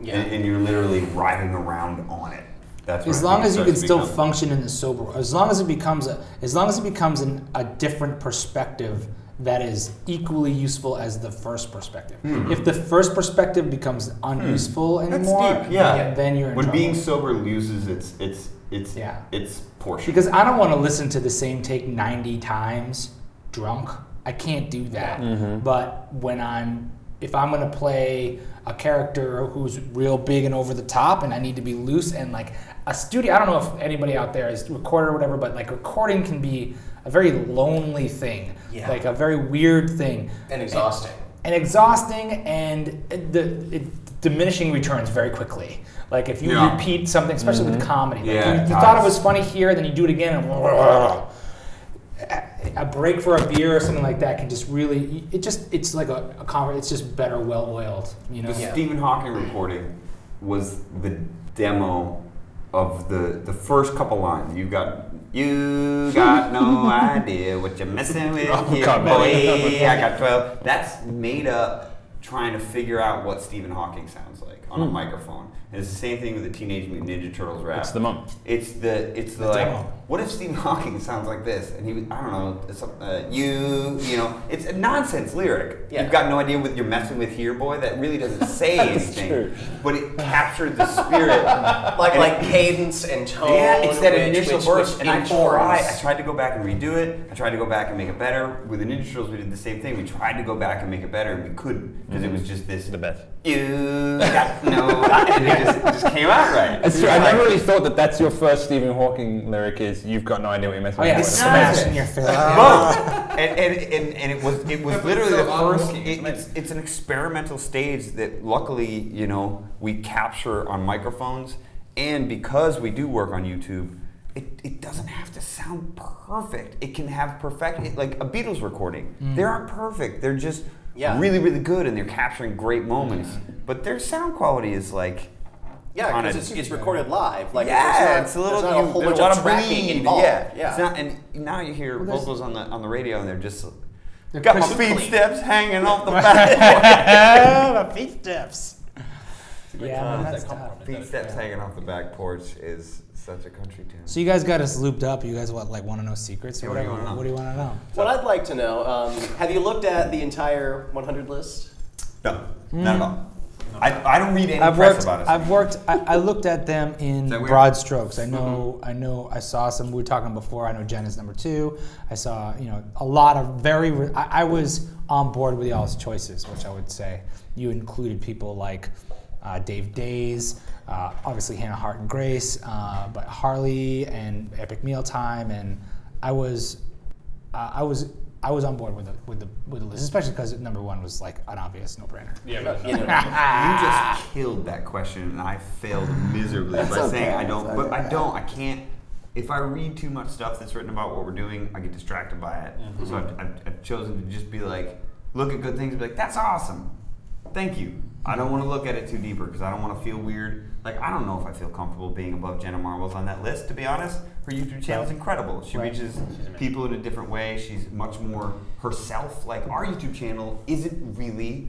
Speaker 1: Yeah.
Speaker 5: and, and you're literally riding around on it, that's when
Speaker 2: As
Speaker 5: I
Speaker 2: long
Speaker 5: think it
Speaker 2: as you can
Speaker 5: starts to
Speaker 2: still
Speaker 5: become-
Speaker 2: function in the sober, world, as long as it becomes a, as long as it becomes an, a different perspective that is equally useful as the first perspective.
Speaker 5: Hmm.
Speaker 2: If the first perspective becomes unuseful anymore,
Speaker 5: deep, yeah.
Speaker 2: then you're in
Speaker 5: when
Speaker 2: trouble.
Speaker 5: being sober loses its its its
Speaker 2: Yeah.
Speaker 5: its portion.
Speaker 2: because I don't want to listen to the same take 90 times drunk. I can't do that. But when I'm, if I'm going to play a character who's real big and over the top and I need to be loose and like a studio, I don't know if anybody out there is recorded or whatever, but like recording can be a very lonely thing,
Speaker 1: Yeah.
Speaker 2: like a very weird thing
Speaker 1: and exhausting.
Speaker 2: and exhausting and it- the it, diminishing returns very quickly. Like if you
Speaker 5: Yeah.
Speaker 2: repeat something, especially with comedy, like
Speaker 5: Yeah,
Speaker 2: you,
Speaker 5: it
Speaker 2: you thought it
Speaker 5: does.
Speaker 2: was funny here, then you do it again, and [LAUGHS] a break for a beer or something like that can just really it just it's like a, a conver- it's just better well oiled, you know.
Speaker 5: the
Speaker 1: Yeah.
Speaker 5: Stephen Hawking recording was the demo of the the first couple lines. You got you
Speaker 3: [LAUGHS]
Speaker 5: got no idea what you're messing with
Speaker 3: Oh,
Speaker 5: here,
Speaker 3: God,
Speaker 5: boy. I got twelve. That's made up trying to figure out what Stephen Hawking sounds like on a microphone. And it's the same thing with the Teenage Mutant Ninja Turtles rap.
Speaker 3: Hmm. It's the mum.
Speaker 5: It's the it's the,
Speaker 2: The
Speaker 5: like.
Speaker 2: demo.
Speaker 5: What if Stephen Hawking sounds like this? And he was I don't know. It's, some- uh, you you know it's a nonsense lyric.
Speaker 1: Yeah.
Speaker 5: You've got no idea what you're messing with here, boy. That really
Speaker 3: [LAUGHS]
Speaker 5: doesn't say anything.
Speaker 3: true.
Speaker 5: But it captured the spirit.
Speaker 3: [LAUGHS]
Speaker 1: Like
Speaker 5: And-
Speaker 1: like cadence and tone.
Speaker 5: Yeah, it's that
Speaker 1: which-
Speaker 5: initial
Speaker 1: which-
Speaker 5: verse,
Speaker 1: which
Speaker 5: and I
Speaker 1: informs.
Speaker 5: tried. I tried to go back and redo it. I tried to go back and make it better. With the Ninja Turtles, we did the same thing. We tried to go back and make it better, and we couldn't because it was just this.
Speaker 3: Mm-hmm. The best.
Speaker 5: You got no, and it just, it just came out right.
Speaker 3: It's true.
Speaker 5: Like,
Speaker 3: I never really thought that that's your first Stephen Hawking lyric is you've got no idea what you're messing
Speaker 2: Oh yeah,
Speaker 3: with.
Speaker 5: It's [LAUGHS]
Speaker 2: smashing your face.
Speaker 5: Uh, both. [LAUGHS] And, and, and, and it was it was
Speaker 3: But
Speaker 5: literally
Speaker 3: so
Speaker 5: the first.
Speaker 3: unlocking,
Speaker 5: It, it's it's an experimental stage that luckily you know we capture on microphones, and because we do work on YouTube, it, it doesn't have to sound perfect. It can have perfect it- like a Beatles recording. They aren't perfect. They're just
Speaker 1: Yeah.
Speaker 5: really really good, and they're capturing great moments. But their sound quality is like.
Speaker 1: Yeah,
Speaker 5: on
Speaker 1: because
Speaker 5: a-
Speaker 1: it's, it's recorded live. Like
Speaker 5: yeah,
Speaker 1: there's not,
Speaker 5: it's a little
Speaker 1: there's not a
Speaker 5: you-
Speaker 1: whole bunch
Speaker 5: there's a lot
Speaker 1: of tracking
Speaker 5: bleed,
Speaker 1: involved.
Speaker 5: Yeah,
Speaker 1: yeah.
Speaker 5: It's not, and now you hear
Speaker 2: there's-
Speaker 5: vocals on the on the radio, and they're just
Speaker 2: They're
Speaker 5: got my
Speaker 2: crystal
Speaker 5: feet
Speaker 1: clean.
Speaker 5: steps hanging
Speaker 2: [LAUGHS]
Speaker 5: off the back.
Speaker 2: Oh, my feet steps. Yeah, that's tough.
Speaker 5: feet steps hanging off the back porch is such a country tune.
Speaker 2: So you guys got us looped up. You guys what like want to know secrets or
Speaker 5: Yeah, what do you
Speaker 2: whatever?
Speaker 5: wanna know?
Speaker 2: What do you want to know?
Speaker 1: What I'd like to know, um, have you looked at the entire 100
Speaker 5: [LAUGHS]
Speaker 1: list?
Speaker 5: No,
Speaker 1: Hmm.
Speaker 5: not at all. I, I don't read any
Speaker 2: I've
Speaker 5: press
Speaker 2: worked.
Speaker 5: about it.
Speaker 2: I've worked. I, I looked at them in
Speaker 5: that weird? Mm-hmm.
Speaker 2: broad strokes. I know. I know. I saw some. We were talking before. I know Jen is number two. I saw. You know, a lot of very. re- I, I was on board with y'all's choices, which I would say you included people like uh, Dave Days, uh, obviously Hannah Hart and Grace, uh, but Harley and Epic Mealtime, and I was. Uh, I was. I was on board with the with the with the list, especially because number one was like an obvious no-brainer.
Speaker 1: You know,
Speaker 5: you
Speaker 2: Ah.
Speaker 5: just killed that question, and I failed miserably by saying I don't. But I don't. I can't. If I read too much stuff that's written about what we're doing, I get distracted by it.
Speaker 2: Mm-hmm.
Speaker 5: So I've, I've, I've chosen to just be like, look at good things, and be like, that's awesome. Thank you. I don't want to look at it too deeper because I don't want to feel weird. Like I don't know if I feel comfortable being above Jenna Marbles on that list. To be honest, her YouTube channel is incredible. She
Speaker 2: Right.
Speaker 5: reaches people in a different way. She's much more herself. Like our YouTube channel isn't really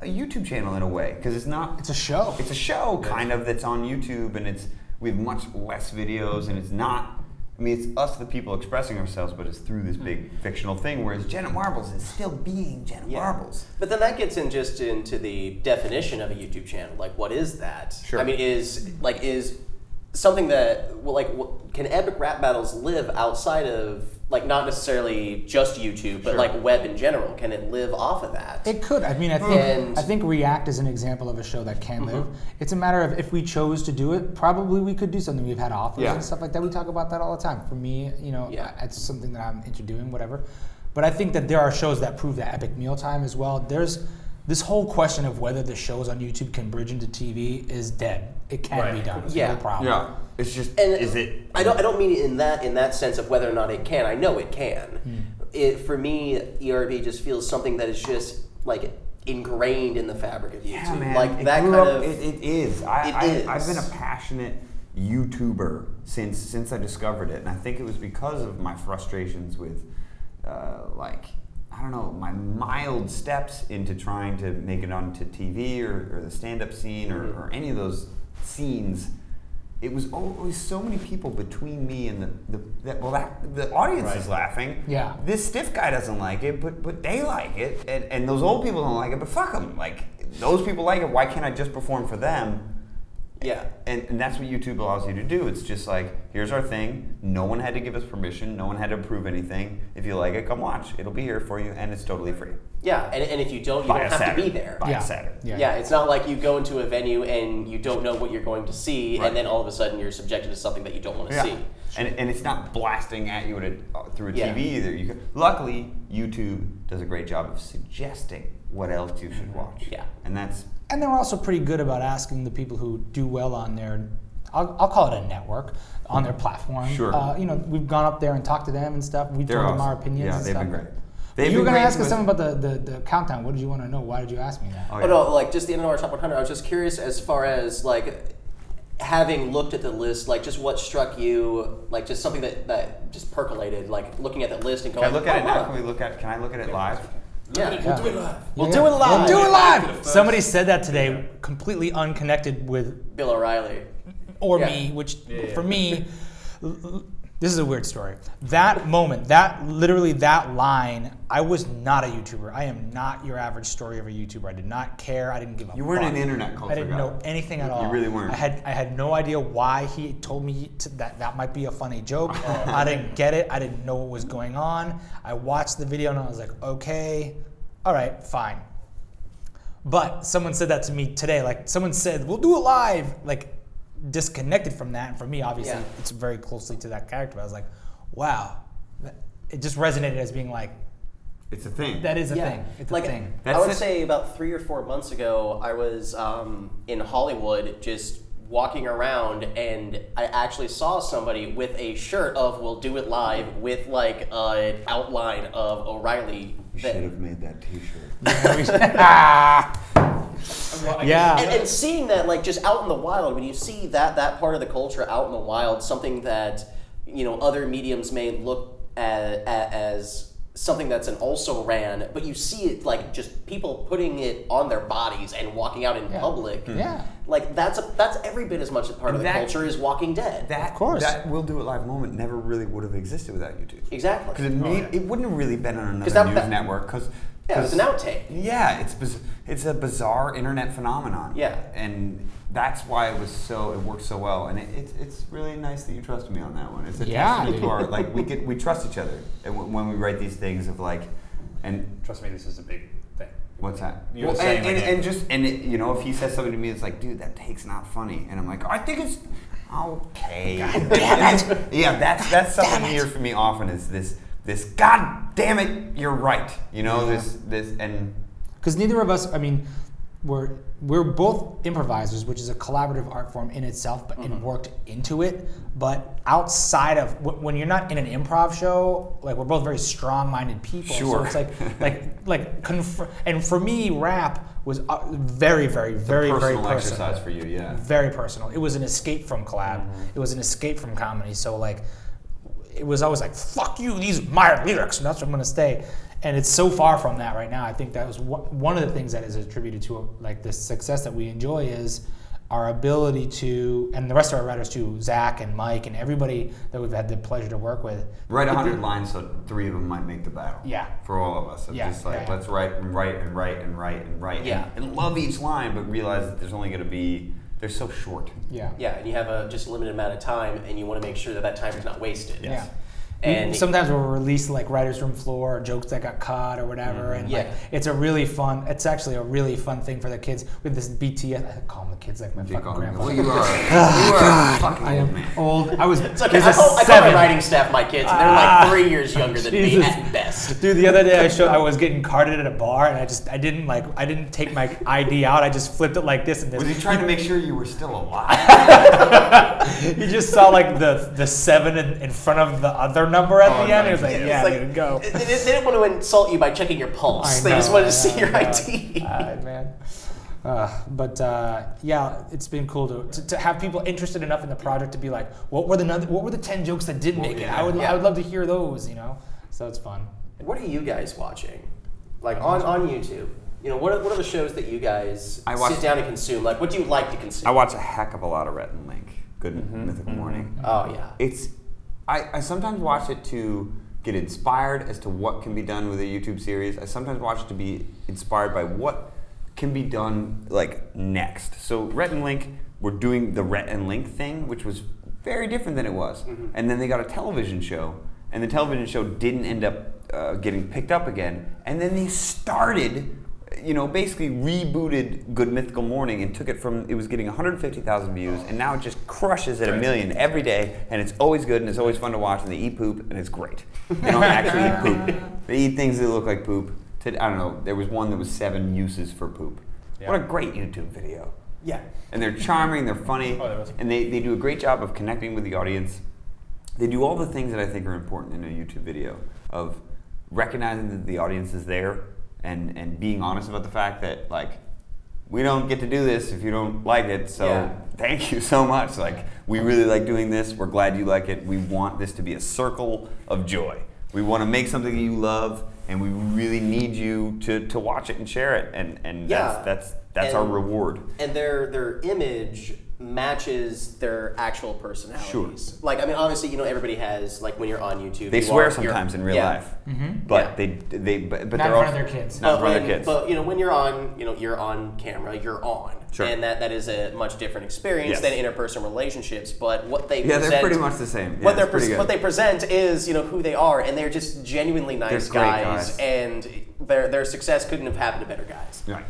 Speaker 5: a YouTube channel in a way because it's not.
Speaker 2: It's a show.
Speaker 5: It's a show kind of that's on YouTube, and it's we have much less videos, and it's not. I mean, it's us, the people, expressing ourselves, but it's through this big fictional thing. Whereas Janet Marbles is still being Janet
Speaker 1: Yeah.
Speaker 5: Marbles.
Speaker 1: But then that gets in just into the definition of a YouTube channel. Like, what is that?
Speaker 5: Sure.
Speaker 1: I mean, is like is something that well, like wha- can epic rap battles live outside of like not necessarily just YouTube, but
Speaker 5: Sure.
Speaker 1: like web in general? Can it live off of that?
Speaker 2: It could. I mean, I think
Speaker 1: And- Mm-hmm.
Speaker 2: I think React is an example of a show that can live. It's a matter of if we chose to do it, probably we could do something. We've had offers
Speaker 5: Yeah.
Speaker 2: and stuff like that. We talk about that all the time. For me, you know,
Speaker 1: Yeah.
Speaker 2: I- it's something that I'm into doing, whatever. But I think that there are shows that prove that epic mealtime as well. There's this whole question of whether the shows on YouTube can bridge into TV is dead. It can be
Speaker 3: Right.
Speaker 2: done. It's
Speaker 1: Yeah.
Speaker 2: no problem.
Speaker 5: Yeah, it's just
Speaker 1: And
Speaker 5: is it?
Speaker 1: I don't. I don't mean it in that in that sense of whether or not it can. I know it can.
Speaker 5: Hmm.
Speaker 1: It for me, ERB just feels something that is just like ingrained in the fabric of YouTube.
Speaker 5: Yeah, man.
Speaker 1: Like
Speaker 5: It
Speaker 1: that
Speaker 5: grew
Speaker 1: kind
Speaker 5: up-
Speaker 1: of.
Speaker 5: It, it is. I,
Speaker 1: It
Speaker 5: I, I've
Speaker 1: is.
Speaker 5: been a passionate YouTuber since since I discovered it, and I think it was because of my frustrations with, uh, like, I don't know, my mild steps into trying to make it onto TV or, or the stand-up scene or,
Speaker 1: Mm-hmm.
Speaker 5: or any of those scenes. It was always so many people between me and the, the that, well that the audience is laughing.
Speaker 2: Yeah.
Speaker 5: this stiff guy doesn't like it, but but they like it, and, and those old people don't like it, but fuck them. Like those people like it. Why can't I just perform for them?
Speaker 1: yeah.
Speaker 5: And, and that's what YouTube allows you to do. It's just like here's our thing. No one had to give us permission. No one had to approve anything. If you like it, come watch. It'll be here for you, and it's totally free.
Speaker 1: Yeah, and, and if you don't, you
Speaker 5: Buy
Speaker 1: don't
Speaker 5: a
Speaker 1: have
Speaker 5: Saturn.
Speaker 1: to be there.
Speaker 5: Buy
Speaker 2: Yeah.
Speaker 5: a Saturn.
Speaker 1: Yeah. it's not like you go into a venue and you don't know what you're going to see,
Speaker 5: Right.
Speaker 1: and then all of a sudden you're subjected to something that you don't want to see.
Speaker 5: And, and it's not blasting at you at a, uh, through a
Speaker 1: Yeah.
Speaker 5: TV either. You can, luckily, YouTube does a great job of suggesting what else you should watch.
Speaker 1: Yeah.
Speaker 5: And that's
Speaker 2: And they're also pretty good about asking the people who do well on their, I'll, I'll call it a network, on their platform.
Speaker 5: Sure.
Speaker 2: Uh, you know, we've gone up there and talked to them and stuff. We've
Speaker 5: They're
Speaker 2: told them our
Speaker 5: awesome.
Speaker 2: opinions
Speaker 5: Yeah,
Speaker 2: and
Speaker 5: they've
Speaker 2: stuff.
Speaker 5: been great. They've
Speaker 2: you
Speaker 5: been
Speaker 2: were going to
Speaker 5: great
Speaker 2: ask us
Speaker 5: with-
Speaker 2: something about the, the, the countdown. What did you want to know? Why did you ask me that?
Speaker 5: Oh,
Speaker 1: Oh,
Speaker 5: yeah.
Speaker 1: no, like just the NNR top 100. I was just curious as far as like having looked at the list, like just what struck you, like just something that that just percolated, like looking at the list and going.
Speaker 5: Can I look at
Speaker 1: "Oh,
Speaker 5: it now?
Speaker 1: wow."
Speaker 5: Can we look at? Can I look at it live?
Speaker 1: Yeah.
Speaker 2: Yeah.
Speaker 1: We'll do it live.
Speaker 2: We'll do it live. Somebody said that today, completely unconnected with
Speaker 1: Bill O'Reilly.
Speaker 2: or
Speaker 1: Yeah.
Speaker 2: me, which for me, l- l- this is a weird story. That moment, that literally that line, I was not a YouTuber. I am not your average story of a YouTuber. I did not care. I didn't give a.
Speaker 5: You weren't
Speaker 2: fuck.
Speaker 5: an internet
Speaker 2: I
Speaker 5: culture
Speaker 2: didn't
Speaker 5: guy.
Speaker 2: know anything at all.
Speaker 5: really weren't.
Speaker 2: I had I had no idea why he told me to, that that might be a funny
Speaker 1: [LAUGHS]
Speaker 2: joke.
Speaker 1: Oh.
Speaker 2: I didn't get it. I didn't know what was going on. I watched the video and I was like, okay, all right, fine. But someone said that to me today. Like someone said, we'll do it live. Like disconnected from that, and for me, obviously,
Speaker 1: Yeah.
Speaker 2: it's very closely to that character. I was like, wow, That- it just resonated as being like
Speaker 5: It's a thing.
Speaker 2: that is a thing. It's
Speaker 1: like,
Speaker 2: a thing.
Speaker 1: I
Speaker 5: That's
Speaker 1: would
Speaker 5: it.
Speaker 1: say about three or four months ago, I was um, in Hollywood just walking around and I actually saw somebody with a shirt of We'll Do It Live with like an outline of O'Reilly. That,
Speaker 5: Should
Speaker 1: and,
Speaker 5: have made that T-shirt.
Speaker 3: Ah.
Speaker 2: yeah.
Speaker 1: and seeing that like just out in the wild, when you see that that part of the culture out in the wild, something that you know other mediums may look at, as something that's an also ran, but you see it like just people putting it on their bodies and walking out in public.
Speaker 2: yeah.
Speaker 1: Like that's a, that's every bit as much a part of the
Speaker 5: Hmm. that-
Speaker 1: culture as Walking Dead.
Speaker 5: That of
Speaker 2: course.
Speaker 5: That will do it live moment never really would have existed without YouTube. Because
Speaker 1: exactly.
Speaker 5: it, need- it wouldn't have really been on another
Speaker 1: 'Cause that-
Speaker 5: news
Speaker 1: that-
Speaker 5: network. Because
Speaker 1: Yeah, it's an outtake.
Speaker 5: Yeah, it's biz- it's a bizarre internet phenomenon.
Speaker 1: Yeah.
Speaker 5: and that's why it was so it worked so well, and it, it's it's really nice that you trusted me on that one. It's a
Speaker 2: Yeah,
Speaker 5: testament to
Speaker 2: dude.
Speaker 5: our like we get we trust each other, and w- when we write these things of like, and
Speaker 3: Trust me, this is a big thing.
Speaker 5: What's that?
Speaker 3: You were saying
Speaker 5: and,
Speaker 3: like
Speaker 5: and,
Speaker 3: it-
Speaker 5: and just and it, you know, if he says something to me, it's like, dude, that take's not funny, and I'm like, I think it's okay. [LAUGHS] yeah, that's that's something here for me often is this this God damn it, you're right. You know this this and
Speaker 2: because neither of us i mean we're we're both improvisers which is a collaborative art form in itself but
Speaker 5: Mm-hmm.
Speaker 2: it worked into it but outside of wh- when you're not in an improv show like we're both very strong-minded people so
Speaker 5: Sure.
Speaker 2: it's like
Speaker 5: [LAUGHS]
Speaker 2: like like conf- and for me rap was uh, very very very very
Speaker 5: personal
Speaker 2: personal
Speaker 5: exercise for you, yeah.
Speaker 2: very personal. It was an escape from collab. It was an escape from comedy. So like, it was always like, "Fuck you, these are my lyrics," and that's what I'm gonna stay. And it's so far from that right now. I think that was one- one of the things that is attributed to like the success that we enjoy is our ability to, and the rest of our writers too, Zach and Mike and everybody that we've had the pleasure to work with.
Speaker 5: Write a hundred lines so three of them might make the battle.
Speaker 2: Yeah.
Speaker 5: For all of us. It's
Speaker 2: Yeah,
Speaker 5: just like
Speaker 2: yeah.
Speaker 5: let's write and write and write and write and write.
Speaker 1: Yeah.
Speaker 5: And, and love each line, but realize that there's only gonna be they're so short.
Speaker 2: Yeah.
Speaker 1: Yeah, and you have a just a limited amount of time, and you want to make sure that that time is not wasted.
Speaker 2: Yes.
Speaker 1: And
Speaker 2: sometimes we'll release like writers room floor or jokes that got cut or whatever and like
Speaker 1: Mm-hmm. Yeah.
Speaker 2: it's a really fun it's actually a really fun thing for the kids with this BTS I call them the kids like my
Speaker 5: Jake
Speaker 2: fucking
Speaker 5: Oliver.
Speaker 2: grandpa
Speaker 5: Well, you are.
Speaker 2: [LAUGHS]
Speaker 5: you are a fucking
Speaker 2: I
Speaker 5: old
Speaker 2: am
Speaker 5: man.
Speaker 2: old I
Speaker 1: [LAUGHS]
Speaker 2: was
Speaker 1: it's okay. I
Speaker 2: there's a
Speaker 1: call, I call my
Speaker 2: seven.
Speaker 1: writing staff my kids, and they're
Speaker 2: Ah,
Speaker 1: like three years younger than me
Speaker 2: Jesus.
Speaker 1: at best.
Speaker 2: Dude, the other day I showed I was getting carded at a bar and I just I didn't like I didn't take my ID out I just flipped it like this and this
Speaker 1: [LAUGHS]
Speaker 5: Was he trying to make sure you were still alive?
Speaker 2: you just saw like the the seven in, in front of the other number at the end it was like
Speaker 1: Oh, It's
Speaker 2: yeah
Speaker 1: like-
Speaker 2: dude, go
Speaker 1: They, they- they didn't want to insult you by checking your
Speaker 2: I
Speaker 1: pulse. They
Speaker 2: know,
Speaker 1: just wanted
Speaker 2: I
Speaker 1: to see
Speaker 2: know,
Speaker 1: your
Speaker 2: I know.
Speaker 1: ID.
Speaker 2: Alright, man. Uh, but uh, yeah, it's been cool to, to, to have people interested enough in the project to be like, what were the none- what were the ten jokes that did make it? I would I would love to hear those, you know. So it's fun.
Speaker 1: What are you guys watching? Like on, on YouTube? You know, what are, what are the shows that you guys
Speaker 5: I watch-
Speaker 1: sit down and consume? Like, what do you like to consume?
Speaker 5: I watch a heck of a lot of Rhett and Link. Good
Speaker 2: Mm-hmm.
Speaker 5: Mythical Morning.
Speaker 1: oh yeah.
Speaker 5: It's I, I sometimes watch it to get inspired as to what can be done with a YouTube series. I sometimes watch it to be inspired by what can be done like next. So Rhett and Link were doing the Rhett and Link thing, which was very different than it was. And then they got a television show, and the television show didn't end up uh, getting picked up again. And then they started you know, basically rebooted Good Mythical Morning and took it from it was getting 150,000 views and now it just crushes at a million every day and it's always good and it's always fun to watch and they eat poop and it's great. They don't actually eat poop. They eat things that look like poop. Today- I don't know. There was one that was seven uses for poop. What a great YouTube video.
Speaker 1: Yeah.
Speaker 5: And they're charming, they're funny,
Speaker 3: Oh, there was-
Speaker 5: and they, they do a great job of connecting with the audience. They do all the things that I think are important in a YouTube video of recognizing that the audience is there and, and being honest about the fact that, like, we don't get to do this if you don't like it, so
Speaker 1: Yeah.
Speaker 5: thank you so much. Like, we really like doing this, we're glad you like it, we want this to be a circle of joy. We want to make something that you love, and we really need you to, to watch it and share it, and and
Speaker 1: Yeah.
Speaker 5: that's that's that's our
Speaker 1: And-
Speaker 5: reward.
Speaker 1: and their their image matches their actual personalities.
Speaker 5: Sure.
Speaker 1: Like I mean, obviously, you know, everybody has like when you're on YouTube,
Speaker 5: They
Speaker 1: you
Speaker 5: swear
Speaker 1: are- you're-
Speaker 5: sometimes in real
Speaker 1: yeah.
Speaker 5: life, but
Speaker 1: Yeah.
Speaker 5: they they
Speaker 2: Mm-hmm.
Speaker 5: but, but
Speaker 2: Not in
Speaker 5: they're all
Speaker 2: front of their kids.
Speaker 5: Not in
Speaker 1: but
Speaker 5: front of
Speaker 1: when-
Speaker 5: their kids.
Speaker 1: But you know, when you're on, you know, you're on camera, you're on,
Speaker 5: Sure.
Speaker 1: and that that is a much different experience
Speaker 5: Yes.
Speaker 1: than interpersonal relationships. But what they
Speaker 5: Yeah, they're
Speaker 1: present,
Speaker 5: pretty much the same. Yeah,
Speaker 1: what they're
Speaker 5: it's pretty
Speaker 1: pres-
Speaker 5: good.
Speaker 1: what they present is you know who they are, and they're just genuinely nice
Speaker 5: great guys.
Speaker 1: and their their success couldn't have happened to better guys.
Speaker 5: Right.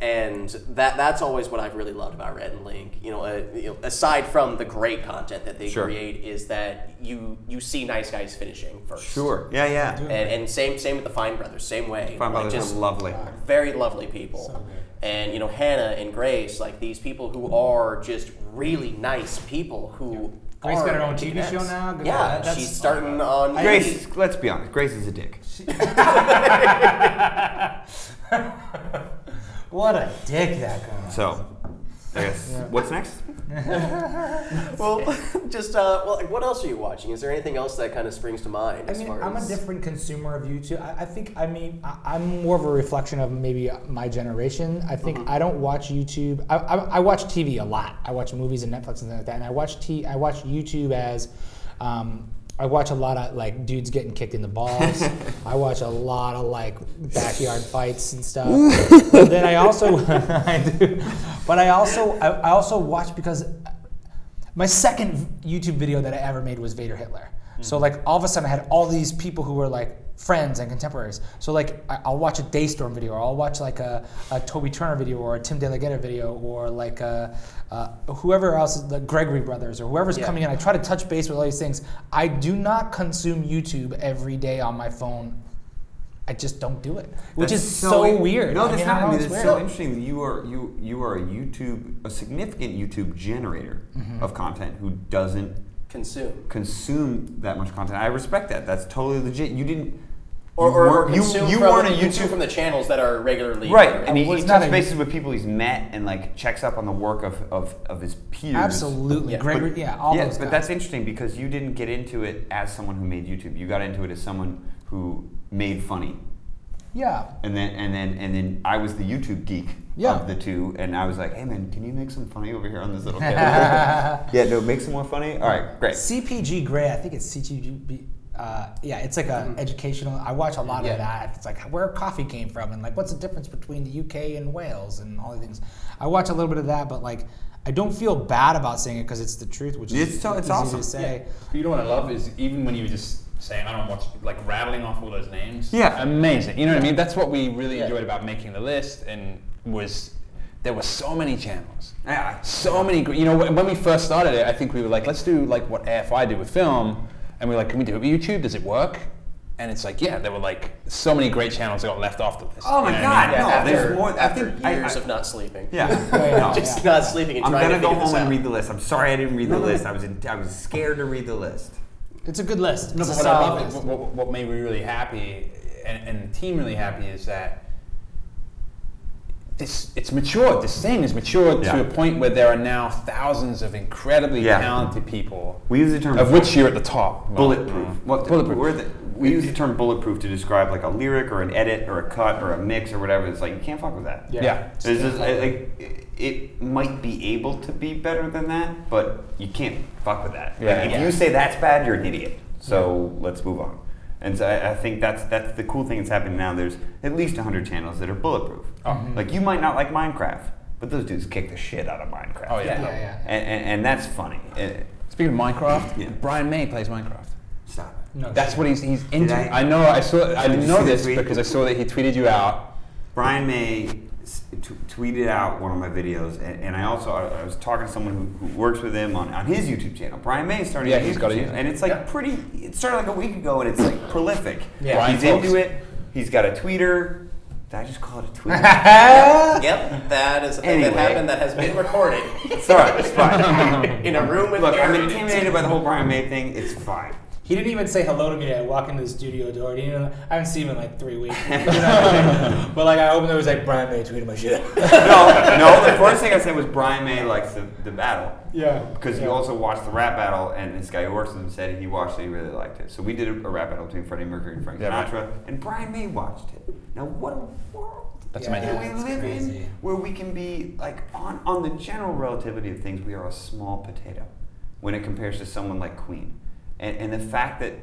Speaker 1: And that that's always what I've really loved about Red and Link. You know, uh, you know, aside from the great content that they
Speaker 5: Sure.
Speaker 1: create, is that you you see nice guys finishing first.
Speaker 5: Sure. Yeah, yeah.
Speaker 1: And, and same same with the Fine Brothers, same way.
Speaker 5: Fine
Speaker 1: Like,
Speaker 5: brothers
Speaker 1: just
Speaker 5: are lovely.
Speaker 1: very lovely people.
Speaker 2: So good.
Speaker 1: And you know, Hannah and Grace, like these people who are just really nice people who.
Speaker 2: Grace
Speaker 1: are
Speaker 2: got her own TV
Speaker 1: dickheads.
Speaker 2: show now? Good for
Speaker 1: Yeah,
Speaker 2: that. That's-
Speaker 1: she's starting on.
Speaker 5: Grace, let's be honest. Grace is a dick.
Speaker 2: [LAUGHS] What a dick that guy. was.
Speaker 5: So, I guess what's next?
Speaker 1: [LAUGHS] Well, just uh, well, like, what else are you watching? Is there anything else that kind of springs to mind?
Speaker 2: I
Speaker 1: as
Speaker 2: mean,
Speaker 1: far
Speaker 2: I'm a
Speaker 1: as-
Speaker 2: different consumer of YouTube. I, I think, I mean, I, I'm more of a reflection of maybe my generation. I think
Speaker 1: Mm-hmm.
Speaker 2: I don't watch YouTube. I, I, I watch TV a lot. I watch movies and Netflix and things like that. And I watch t- I watch YouTube as, um, I watch a lot of like dudes getting kicked in
Speaker 1: [LAUGHS]
Speaker 2: the balls. I watch a lot of like backyard fights and
Speaker 1: [LAUGHS]
Speaker 2: stuff. but then I also, [LAUGHS] I do. But I also, I, I also watch because my second YouTube video that I ever made was Vader Hitler.
Speaker 5: Mm-hmm.
Speaker 2: So like all of a sudden I had all these people who were like friends and contemporaries. So like I- I'll watch a Daystorm video, or I'll watch like a, a Toby Turner video, or a Tim De La Ghetto video, or like a, uh, whoever else, is- the Gregory Brothers, or whoever's
Speaker 1: Yeah.
Speaker 2: coming in. I try to touch base with all these things. I do not consume YouTube every day on my phone. I just don't do it, which
Speaker 5: That's
Speaker 2: is so,
Speaker 5: in-
Speaker 2: weird.
Speaker 5: No, that's
Speaker 2: mean,
Speaker 5: not.
Speaker 2: know
Speaker 5: I mean,
Speaker 2: it's
Speaker 5: it's
Speaker 2: weird.
Speaker 5: so interesting that you are you you are a YouTube a significant YouTube generator
Speaker 1: Mm-hmm.
Speaker 5: of content who doesn't
Speaker 1: consume.
Speaker 5: consume that much content. I respect that. That's totally legit. You didn't.
Speaker 1: Or,
Speaker 5: you
Speaker 1: or
Speaker 5: weren't- you,
Speaker 1: consume
Speaker 5: you
Speaker 1: from,
Speaker 5: weren't a
Speaker 1: consume
Speaker 5: YouTube
Speaker 1: from the channels that are regularly
Speaker 5: right.
Speaker 1: aired.
Speaker 5: And he, he
Speaker 2: was not
Speaker 5: touches
Speaker 2: a-
Speaker 5: bases with people he's met and like checks up on the work of of, of his peers.
Speaker 2: Absolutely,
Speaker 1: Yeah.
Speaker 2: Gregory. Yeah, all
Speaker 5: yeah,
Speaker 2: those
Speaker 5: but
Speaker 2: guys.
Speaker 5: that's interesting because you didn't get into it as someone who made YouTube. You got into it as someone who made funny
Speaker 2: yeah.
Speaker 5: and then and then and then I was the YouTube geek
Speaker 2: Yeah.
Speaker 5: of the two, and I was like, "Hey man, can you make some funny over here on
Speaker 2: [LAUGHS]
Speaker 5: this little camera?" [LAUGHS] yeah, no, make some more funny. All right, great.
Speaker 2: CPG Grey, I think it's CPG. Uh, yeah, it's like an educational. I watch a lot
Speaker 1: Yeah.
Speaker 2: of that. It's like where coffee came from, and like what's the difference between the UK and Wales, and all the things. I watch a little bit of that, but like I don't feel bad about saying it because it's the truth, which is
Speaker 5: It's so- it's
Speaker 2: easy
Speaker 5: awesome.
Speaker 2: to say.
Speaker 3: You know what I love is even when you were just saying I don't watch like rattling off all those names.
Speaker 5: Yeah.
Speaker 3: Amazing. You know what I mean? That's what we really
Speaker 1: Yeah.
Speaker 3: enjoyed about making the list and was there were so many channels.
Speaker 5: Yeah.
Speaker 3: So many great you know when when we first started it, I think we were like, let's do like what AFI did with film and we are like, can we do it with YouTube? Does it work? And it's like, yeah, there were like so many great channels that got left off the list.
Speaker 5: Oh my
Speaker 3: You know what I
Speaker 5: god,
Speaker 3: mean?
Speaker 1: Yeah,
Speaker 5: no,
Speaker 1: after,
Speaker 5: there's more. I
Speaker 1: after
Speaker 5: think I-
Speaker 1: years
Speaker 5: I-
Speaker 1: of not sleeping. [LAUGHS]
Speaker 5: yeah.
Speaker 2: yeah,
Speaker 5: No.
Speaker 2: yeah.
Speaker 1: Just not sleeping and
Speaker 5: I'm
Speaker 1: trying
Speaker 5: gonna
Speaker 1: to
Speaker 5: go
Speaker 1: figure this
Speaker 5: home and
Speaker 1: out.
Speaker 5: read the list. I'm sorry I didn't read the list. I was in, I was scared to read the list.
Speaker 2: It's a good list.
Speaker 3: No,
Speaker 2: It's
Speaker 3: but
Speaker 2: a
Speaker 3: what I
Speaker 2: solid
Speaker 3: love,
Speaker 2: list.
Speaker 3: what, what, what made me really happy, and, and the team really happy, is that this it's matured. This thing is matured
Speaker 5: Yeah.
Speaker 3: to a point where there are now thousands of incredibly
Speaker 5: Yeah.
Speaker 3: talented people,
Speaker 5: We use the term
Speaker 3: of which you're at the top. Well,
Speaker 5: bulletproof.
Speaker 3: mm,
Speaker 5: Well,
Speaker 3: bulletproof.
Speaker 5: We're the, we use the term bulletproof to describe like a lyric or an edit or a cut or a mix or whatever. It's like you can't fuck with that.
Speaker 3: yeah.
Speaker 5: It's just, I- like, it might be able to be better than that, but you can't fuck with that. Like,
Speaker 3: Yeah.
Speaker 5: if
Speaker 3: Yeah.
Speaker 5: you say that's bad, you're an idiot. So let's move on. And so I, I think that's that's the cool thing that's happening now. There's at least 100 channels that are bulletproof.
Speaker 3: Oh. Mm-hmm.
Speaker 5: Like you might not like Minecraft, but those dudes kick the shit out of Minecraft.
Speaker 3: Oh, yeah.
Speaker 2: Yeah, yeah, yeah.
Speaker 5: And, and, and that's funny. Uh,
Speaker 3: Speaking of Minecraft,
Speaker 5: Yeah.
Speaker 3: Brian May plays Minecraft.
Speaker 5: Stop it.
Speaker 2: No,
Speaker 3: [LAUGHS]
Speaker 2: Oh,
Speaker 3: That's
Speaker 2: shit.
Speaker 3: what he's he's into.
Speaker 5: I-
Speaker 3: I, know. I saw. I
Speaker 5: Did you
Speaker 3: know
Speaker 5: see the
Speaker 3: this
Speaker 5: tweet?
Speaker 3: because I saw that he tweeted you out.
Speaker 5: Brian May s- t- tweeted out one of my videos, and, and I also I, I was talking to someone who, who works with him on, on his YouTube channel. Brian May started,
Speaker 3: Yeah,
Speaker 5: a
Speaker 3: he's
Speaker 5: YouTube
Speaker 3: got a
Speaker 5: channel,
Speaker 3: YouTube-
Speaker 5: and it's like pretty. It started like a week ago, and it's like prolific.
Speaker 3: Yeah. Brian
Speaker 5: he's
Speaker 3: Folks.
Speaker 5: into it. He's got a tweeter. Did I just call it a tweeter? [LAUGHS]
Speaker 1: Yep, that is a thing
Speaker 5: Anyway.
Speaker 1: that happened that has been recorded
Speaker 5: it's all right. It's fine.
Speaker 3: [LAUGHS]
Speaker 1: in a room with
Speaker 5: Look, I'm
Speaker 1: Garrett.
Speaker 3: [LAUGHS]
Speaker 5: intimidated by the whole Brian May thing. It's fine.
Speaker 2: He didn't even say hello to me. I walk into the studio door. He didn't, I haven't seen him in like three weeks. You know what I mean? but like I opened it, it was like Brian May tweeted my shit.
Speaker 5: no, no. The first thing I said was Brian May likes the, the battle.
Speaker 2: [LAUGHS] Yeah.
Speaker 5: Because he
Speaker 2: Yeah.
Speaker 5: also watched the rap battle, and this guy who works with him said he watched it, he really liked it. So we did a, a rap battle between Freddie Mercury and Frank
Speaker 3: Yeah, right.
Speaker 5: Sinatra, and Brian May watched it. Now, what a world
Speaker 3: That's
Speaker 2: Yeah,
Speaker 3: amazing.
Speaker 5: that we
Speaker 2: it's
Speaker 5: live
Speaker 2: crazy.
Speaker 5: in where we can be, like, on, on the general relativity of things, we are a small potato when it compares to someone like Queen. And, and the fact that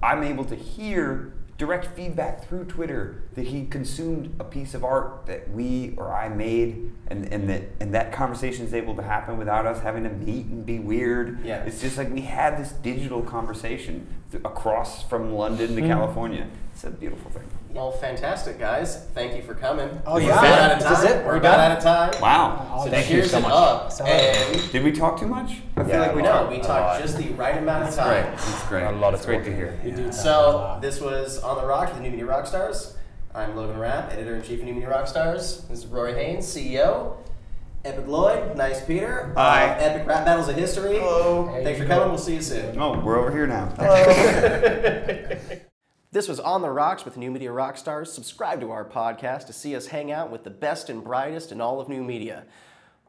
Speaker 5: I'm able to hear direct feedback through Twitter that he consumed a piece of art that we or I made, and, and, that, and that conversation is able to happen without us having to meet and be weird.
Speaker 1: Yeah.
Speaker 5: It's just like we had this digital conversation th- across from London
Speaker 1: Hmm.
Speaker 5: to California. It's a beautiful thing.
Speaker 1: Well, fantastic, guys. Thank you for coming.
Speaker 2: Oh,
Speaker 1: We're
Speaker 2: yeah.
Speaker 1: about out of
Speaker 2: Is
Speaker 1: time.
Speaker 2: this it?
Speaker 1: We're,
Speaker 2: We're
Speaker 1: about
Speaker 2: done?
Speaker 1: out of time.
Speaker 5: Wow.
Speaker 1: So
Speaker 2: Thank you
Speaker 1: cheers
Speaker 3: so
Speaker 1: it
Speaker 3: much.
Speaker 1: up.
Speaker 2: So much.
Speaker 1: and
Speaker 5: Did we talk too much? I feel
Speaker 1: Yeah,
Speaker 5: like we
Speaker 1: no,
Speaker 5: talked.
Speaker 1: we talked just the right amount of time.
Speaker 5: It's great.
Speaker 3: A lot of
Speaker 5: it's great to
Speaker 3: talking.
Speaker 5: hear.
Speaker 2: We do talk a
Speaker 1: So
Speaker 2: lot.
Speaker 1: this was on the rock with the New Media Rock Stars. I'm Logan Rapp, editor in chief of New Media Rock Stars. This is Rory Haynes, CEO. Epic Lloyd, nice Peter.
Speaker 5: Hi.
Speaker 1: Uh, Epic Rap Battles of History. Hello. Thanks for coming. We'll see you soon.
Speaker 5: Oh, we're over here now.
Speaker 1: This was On the Rocks with New Media Rockstars. Subscribe to our podcast to see us hang out with the best and brightest in all of new media.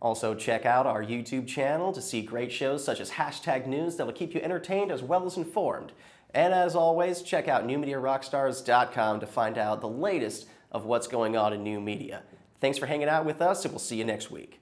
Speaker 1: Also, check out our YouTube channel to see great shows such as Hashtag News that will keep you entertained as well as informed. And as always, check out newmediarockstars.com to find out the latest of what's going on in new media. Thanks for hanging out with us, and we'll see you next week.